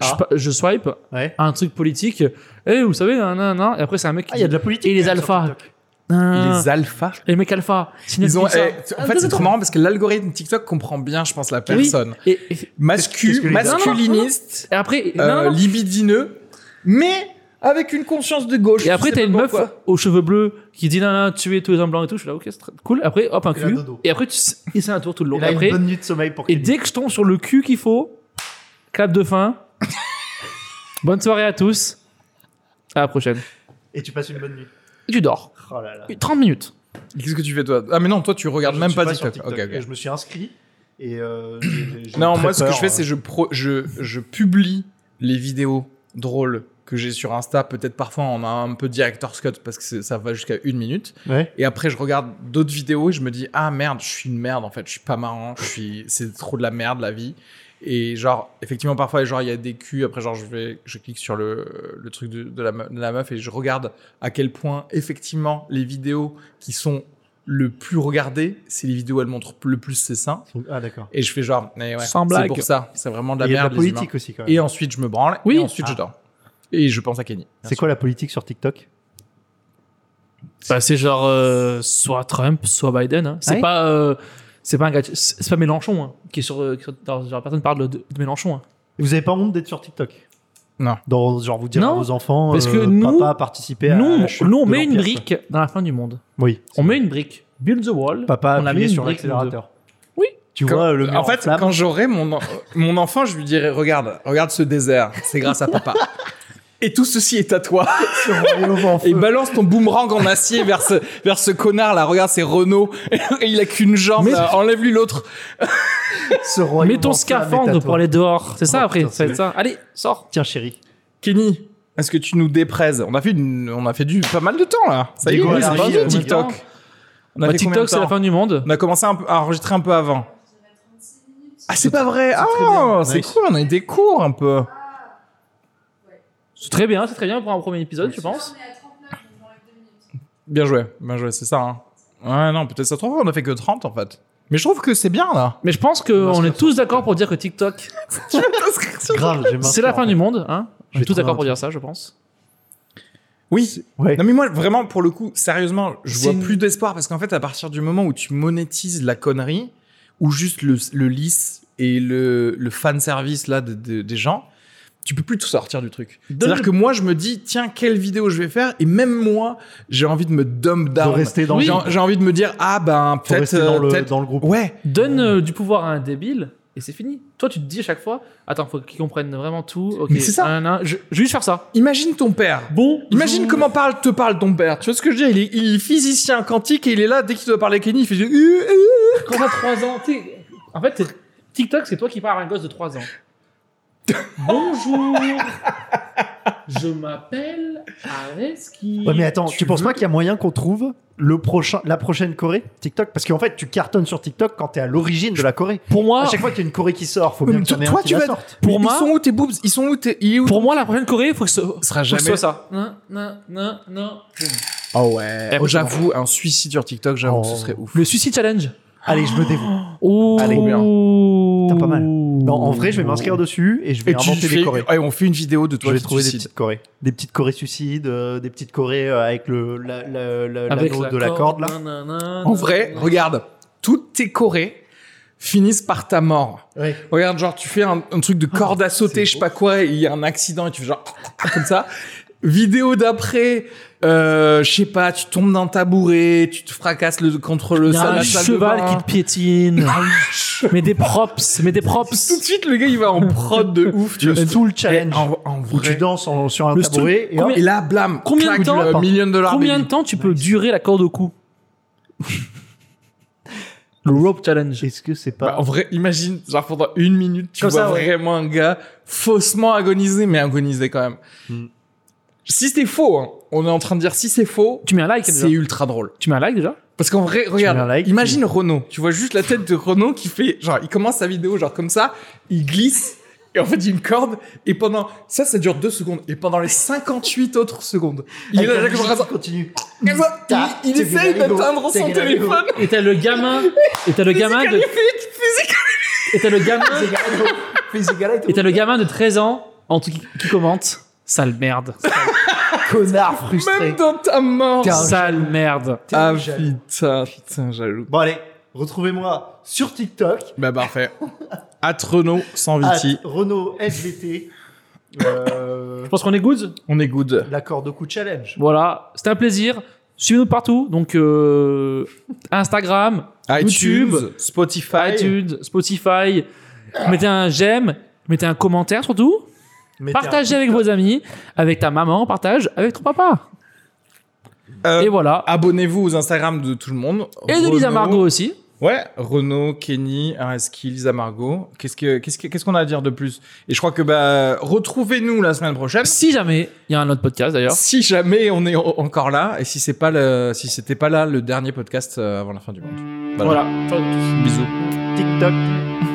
Speaker 3: je
Speaker 2: Ah.
Speaker 3: pa- je, swipe
Speaker 2: Ouais.
Speaker 3: à un truc politique. Eh, vous savez, nan, nan, nan. Et après, c'est un mec qui.
Speaker 2: Ah, il y a de la politique.
Speaker 3: Et les
Speaker 2: quand même sur
Speaker 3: alphas.
Speaker 2: TikTok.
Speaker 3: Nan, nan.
Speaker 1: Les alphas.
Speaker 3: Ah. Les mecs alpha.
Speaker 1: Ils ont,
Speaker 3: Netflix,
Speaker 1: eh,
Speaker 3: ça. Ah,
Speaker 1: en fait, c'est trop marrant parce que l'algorithme TikTok comprend bien, je pense, la
Speaker 3: Oui.
Speaker 1: personne.
Speaker 3: Et, et-
Speaker 1: Mascu-
Speaker 2: Qu'est-ce que les-
Speaker 1: masculiniste,
Speaker 3: et après,
Speaker 1: euh,
Speaker 3: non, non, non.
Speaker 1: libidineux, mais avec une conscience de gauche.
Speaker 3: Et après,
Speaker 1: Je sais
Speaker 3: t'as
Speaker 1: pas
Speaker 3: une meuf
Speaker 1: pourquoi.
Speaker 3: aux cheveux bleus qui dit non, non, tuez tous les hommes blancs et tout. Je suis là, ok, c'est très cool. Après, hop, un
Speaker 2: Et la
Speaker 3: cul.
Speaker 2: dodo.
Speaker 3: Et après, tu sais- et c'est un tour tout le long.
Speaker 2: Il a
Speaker 3: Après,
Speaker 2: une bonne nuit de sommeil pour
Speaker 3: et
Speaker 2: Kelly.
Speaker 3: dès que je tombe sur le cul qu'il faut, clap de [laughs] fin. Bonne soirée à tous. À la prochaine.
Speaker 2: Et tu passes une bonne nuit.
Speaker 3: et tu dors.
Speaker 2: Oh là là.
Speaker 3: 30 minutes.
Speaker 1: Qu'est-ce que tu fais toi Ah mais non, toi tu regardes
Speaker 2: Je
Speaker 1: même
Speaker 2: suis
Speaker 1: pas
Speaker 2: sur
Speaker 1: TikTok. Ok, ok.
Speaker 2: Et je me suis inscrit. Et euh, j'ai- j'ai-
Speaker 1: Non,
Speaker 2: j'ai
Speaker 1: moi
Speaker 2: très
Speaker 1: ce que je
Speaker 2: peur, euh.
Speaker 1: fais, c'est je, pro- je, je publie les vidéos drôles que j'ai sur Insta, peut-être parfois on a un peu director's cut parce que c'est- ça va jusqu'à une minute.
Speaker 2: euh, ouais.
Speaker 1: Et après je regarde d'autres vidéos et je me dis ah merde, je suis une merde en fait, je suis pas marrant, je suis c'est trop de la merde la vie. Et genre effectivement parfois genre il y a des culs. Après genre je vais je clique sur le, le truc de, de la, me- de la meuf et je regarde à quel point effectivement les vidéos qui sont le plus regardées, c'est les vidéos où elle montre le plus ses seins.
Speaker 2: Ah d'accord.
Speaker 1: Et je fais genre, mais ouais,
Speaker 3: Sans
Speaker 1: c'est
Speaker 3: blague.
Speaker 1: pour ça, c'est vraiment de
Speaker 2: Et
Speaker 1: la
Speaker 2: Il y a
Speaker 1: merde.
Speaker 2: de la
Speaker 1: les humains.
Speaker 2: politique aussi quand même.
Speaker 1: Et ensuite, je me branle.
Speaker 3: Oui.
Speaker 1: Et ensuite, je
Speaker 2: Ah.
Speaker 1: dors. Et je pense à Kenny. bien
Speaker 2: C'est
Speaker 1: sûr.
Speaker 2: quoi la politique sur TikTok
Speaker 3: Bah, c'est genre euh, soit Trump, soit Biden. hein. C'est
Speaker 2: Ouais.
Speaker 3: pas euh, c'est pas un gars- c'est c'est pas Mélenchon hein, qui est sur, euh, qui est sur- genre, genre, personne parle de, de Mélenchon. hein.
Speaker 2: Et Vous avez pas honte d'être sur TikTok
Speaker 1: Non.
Speaker 2: Dans, genre vous dire
Speaker 3: Non,
Speaker 2: à vos enfants,
Speaker 3: parce que
Speaker 2: euh,
Speaker 3: nous-
Speaker 2: papa a participé à
Speaker 3: Nous,
Speaker 2: la
Speaker 3: on-
Speaker 2: chute
Speaker 3: nous, on
Speaker 2: de
Speaker 3: met une
Speaker 2: l'Empire, quoi.
Speaker 3: brique dans la fin du monde.
Speaker 2: Oui.
Speaker 3: On met une brique. Build the wall.
Speaker 2: Papa
Speaker 3: on a
Speaker 2: a appuyé
Speaker 3: mis une
Speaker 2: sur
Speaker 3: brique, nous
Speaker 2: l'accélérateur.
Speaker 3: Oui.
Speaker 2: Tu
Speaker 1: Quand-
Speaker 2: vois le mur
Speaker 1: en fait,
Speaker 2: flamme. [laughs]
Speaker 1: quand j'aurai mon, en- mon enfant, je lui dirai Regarde, regarde ce désert, c'est grâce à papa. [laughs] Et tout ceci est à toi. Et
Speaker 3: Eh
Speaker 2: [laughs]
Speaker 3: ben,
Speaker 1: balance ton boomerang en acier vers ce, vers ce connard là. Regarde, c'est Renault. [laughs] il a qu'une jambe.
Speaker 3: Mais-
Speaker 1: là. Enlève-lui l'autre.
Speaker 2: Ce royaume
Speaker 3: Mets ton
Speaker 2: en flamme est à
Speaker 3: scaphandre
Speaker 2: toi.
Speaker 3: pour aller dehors. C'est ça
Speaker 2: Oh,
Speaker 3: après.
Speaker 2: putain,
Speaker 3: ça va
Speaker 2: c'est-
Speaker 3: être ça. Allez, sors.
Speaker 2: Tiens chérie.
Speaker 1: Kenny, est-ce que tu nous déprèses On a fait, une- on a fait du pas mal de temps là. Ça y est, on
Speaker 2: Diego
Speaker 1: est
Speaker 2: Alari,
Speaker 1: parti de
Speaker 2: euh,
Speaker 1: TikTok. On a
Speaker 3: Bah,
Speaker 1: fait combien de
Speaker 3: TikTok, c'est la
Speaker 1: temps
Speaker 3: fin du monde.
Speaker 1: On a commencé un peu- à enregistrer un peu avant. Ah, c'est pas vrai Ah,
Speaker 2: bien.
Speaker 1: c'est
Speaker 2: Nice.
Speaker 1: cool, on a eu des cours un peu.
Speaker 3: C'est très bien, c'est très bien pour un premier épisode, je pense.
Speaker 1: Bien joué, bien joué, c'est ça. hein. Ouais, non, peut-être ça se trouve, on a fait que 30 en fait. Mais je trouve que c'est bien [laughs] là.
Speaker 3: Mais je pense qu'on est tous d'accord pour dire que TikTok,
Speaker 2: Grave, j'ai
Speaker 3: c'est la fin du monde. Hein.
Speaker 2: Je
Speaker 3: On est
Speaker 2: vais
Speaker 3: tous
Speaker 2: trouver un
Speaker 3: d'accord pour dire ça, je pense.
Speaker 1: Oui.
Speaker 2: Ouais.
Speaker 1: Non, mais moi, vraiment, pour le coup, sérieusement, je
Speaker 3: C'est
Speaker 1: vois
Speaker 3: une-
Speaker 1: plus d'espoir parce qu'en fait, à partir du moment où tu monétises la connerie, ou juste le, le lice et le, le fan service là de- de- des gens, tu peux plus tout sortir du truc. C'est-à-dire que moi, je me dis, tiens, quelle vidéo je vais faire Et même moi, j'ai envie de me dumb
Speaker 2: De
Speaker 1: down.
Speaker 2: rester dans
Speaker 1: J'ai-
Speaker 2: le
Speaker 1: J'ai, envie de me dire, ah ben,
Speaker 2: faut
Speaker 1: peut-être.
Speaker 2: rester dans
Speaker 1: euh,
Speaker 2: le
Speaker 1: peut-être-
Speaker 2: dans le groupe.
Speaker 1: Ouais,
Speaker 3: Donne euh, du pouvoir à un débile et c'est fini. Toi, tu te dis à chaque fois, attends, faut qu'ils comprennent vraiment tout. ok,
Speaker 1: Mais c'est ça.
Speaker 3: nan, nan, je, je vais juste faire ça.
Speaker 1: imagine ton père.
Speaker 3: Bon,
Speaker 1: Imagine
Speaker 3: je-
Speaker 1: comment parle, te parle ton père. Tu vois ce que je veux dire il est, il est physicien quantique et il est là, dès qu'il doit parler à Kenny, il fait. du- Euh, euh.
Speaker 3: Quand t'as 3 ans, t'es- en fait, c'est- TikTok, c'est toi qui parles à un gosse de 3 ans. Bonjour, je m'appelle Areski.
Speaker 2: Ouais, mais attends, tu, penses
Speaker 3: veux-
Speaker 2: pas qu'il y a moyen qu'on trouve le prochain, la prochaine Corée TikTok Parce qu'en fait, tu cartonnes sur TikTok quand t'es à l'origine de la Corée.
Speaker 3: Pour moi,
Speaker 2: À chaque fois qu'il y a une Corée qui sort, faut
Speaker 1: Mais
Speaker 2: bien que
Speaker 1: toi-
Speaker 2: t'en aies un
Speaker 1: toi,
Speaker 2: qui
Speaker 1: tu
Speaker 2: la
Speaker 1: vas-
Speaker 2: sorte.
Speaker 3: Pour
Speaker 1: ils
Speaker 3: moi-
Speaker 1: sont où tes boobs Ils sont où tes. Il est où
Speaker 3: pour moi, la prochaine Corée, faut que ce,
Speaker 1: Ce sera
Speaker 3: faut que ce
Speaker 1: jamais.
Speaker 3: soit ça. Non, non, non, non.
Speaker 1: Oh ouais.
Speaker 3: Eh,
Speaker 1: Oh, j'avoue, un suicide sur TikTok, j'avoue, que ce
Speaker 2: Ah Oh.
Speaker 1: serait ouf.
Speaker 3: Le suicide challenge.
Speaker 2: Allez, je me dévoue.
Speaker 3: Oh,
Speaker 2: Allez. Putain, pas mal. Non,
Speaker 3: Non,
Speaker 2: en vrai, je vais m'inscrire dessus et je vais
Speaker 1: Et tu
Speaker 2: inventer
Speaker 1: fais-
Speaker 2: des Corées.
Speaker 1: ouais, on fait une vidéo de
Speaker 2: Je
Speaker 1: toi
Speaker 2: vais
Speaker 1: qui
Speaker 2: trouver des
Speaker 1: suicide.
Speaker 2: petites Corées. Des petites Corées suicides, euh, des petites Corées euh, avec le la, la, la- l'anneau de la corde là.
Speaker 1: En vrai, regarde, toutes tes corées finissent par ta mort.
Speaker 2: Ouais.
Speaker 1: Regarde, genre, tu fais un, un truc
Speaker 3: Ah,
Speaker 1: de corde à sauter, je sais pas quoi, et il y a un accident et tu fais genre [laughs] comme ça. Vidéo d'après, euh, je sais pas, tu tombes d'un tabouret, tu te fracasses le, contre le
Speaker 3: Il y a
Speaker 1: salle-
Speaker 3: un
Speaker 1: la salle de
Speaker 3: cheval
Speaker 1: bain. Ah
Speaker 3: qui te piétine. mais des props, mais des
Speaker 1: Tout de
Speaker 3: props.
Speaker 1: suite, le gars, il va en prod
Speaker 3: [laughs]
Speaker 1: de ouf. Tu vois.
Speaker 2: Euh, Tout le
Speaker 1: Et
Speaker 2: challenge
Speaker 1: en, Eh, en
Speaker 2: où tu
Speaker 1: vrai.
Speaker 2: danses en- sur un
Speaker 3: Le
Speaker 2: tabouret et hop,
Speaker 3: combien-
Speaker 1: Et là, blam,
Speaker 3: Combien de
Speaker 1: claque,
Speaker 3: temps-
Speaker 1: du, euh, million de dollars
Speaker 3: Combien de
Speaker 1: baby.
Speaker 3: temps tu peux durer la corde au cou Le rope challenge.
Speaker 2: Est-ce que c'est pas Ah,
Speaker 1: Bah, en vrai, imagine, genre pendant une minute, tu
Speaker 2: Comme
Speaker 1: vois
Speaker 2: ça, ouais.
Speaker 1: vraiment un gars faussement agonisé, mais agonisé quand même.
Speaker 3: Hmm.
Speaker 2: Mm.
Speaker 1: Si c'est faux, hein, on est en train de dire si c'est faux,
Speaker 3: Tu mets un like déjà
Speaker 1: c'est ultra drôle.
Speaker 3: Tu mets un like déjà
Speaker 1: Parce qu'en vrai,
Speaker 2: mets
Speaker 1: regarde,
Speaker 2: un like,
Speaker 1: imagine Renault. Tu vois juste la tête de Renault qui fait, genre, il commence sa vidéo, genre comme ça, il glisse, et en fait, il y a une corde, et pendant, ça, ça dure deux secondes, et pendant les 58 autres secondes, il est là,
Speaker 2: Avec la
Speaker 1: là, comme
Speaker 2: musique
Speaker 1: ça,
Speaker 2: qui continue.
Speaker 1: comme ça,
Speaker 2: Ta-
Speaker 1: il, il
Speaker 2: t'es
Speaker 1: essaye
Speaker 2: Galileo,
Speaker 1: d'atteindre
Speaker 2: t'es
Speaker 1: son
Speaker 2: Galileo.
Speaker 1: téléphone.
Speaker 3: Et t'as le gamin. Et t'as le gamin de. Et t'as le gamin. Et t'as le gamin de 13 ans en tout, qui, qui commente. Sale merde.
Speaker 2: [laughs] Connard frustré.
Speaker 1: Même dans ta mort.
Speaker 2: T'es un
Speaker 3: Sale merde.
Speaker 1: Ah
Speaker 2: jaloux.
Speaker 1: putain, putain, jaloux.
Speaker 2: Bon allez, retrouvez-moi sur TikTok.
Speaker 1: Bah parfait. At Renault sans
Speaker 2: at
Speaker 1: Viti,
Speaker 2: Renault SVT.
Speaker 1: [laughs]
Speaker 2: Euh,
Speaker 3: Je pense qu'on est good.
Speaker 1: on est good.
Speaker 2: L'accord de coup challenge.
Speaker 3: Voilà, c'était un plaisir. Suivez-nous partout, donc euh, Instagram,
Speaker 1: iTunes,
Speaker 3: YouTube,
Speaker 1: Spotify.
Speaker 3: iTunes, Spotify. Mettez un j'aime, mettez un commentaire surtout.
Speaker 2: Mettez un-
Speaker 3: Partagez avec vos amis, avec ta maman, partage avec ton papa.
Speaker 1: Euh,
Speaker 3: Et voilà.
Speaker 1: Abonnez-vous aux Instagram de tout le monde.
Speaker 3: Et de Lisa
Speaker 1: Renaud-
Speaker 3: Margot aussi.
Speaker 1: Ouais, Renaud, Kenny, Araski, Lisa Margot. Qu'est-ce que- qu'est-ce que- qu'est-ce qu'on a à dire de plus Et je crois que bah retrouvez-nous la semaine prochaine.
Speaker 3: Si jamais, il y a un autre podcast d'ailleurs.
Speaker 1: Si jamais on est o- encore là et si c'est pas le si c'était pas là le dernier podcast euh, avant la fin du monde.
Speaker 3: Voilà. Ciao à tous.
Speaker 1: Bisous.
Speaker 2: TikTok.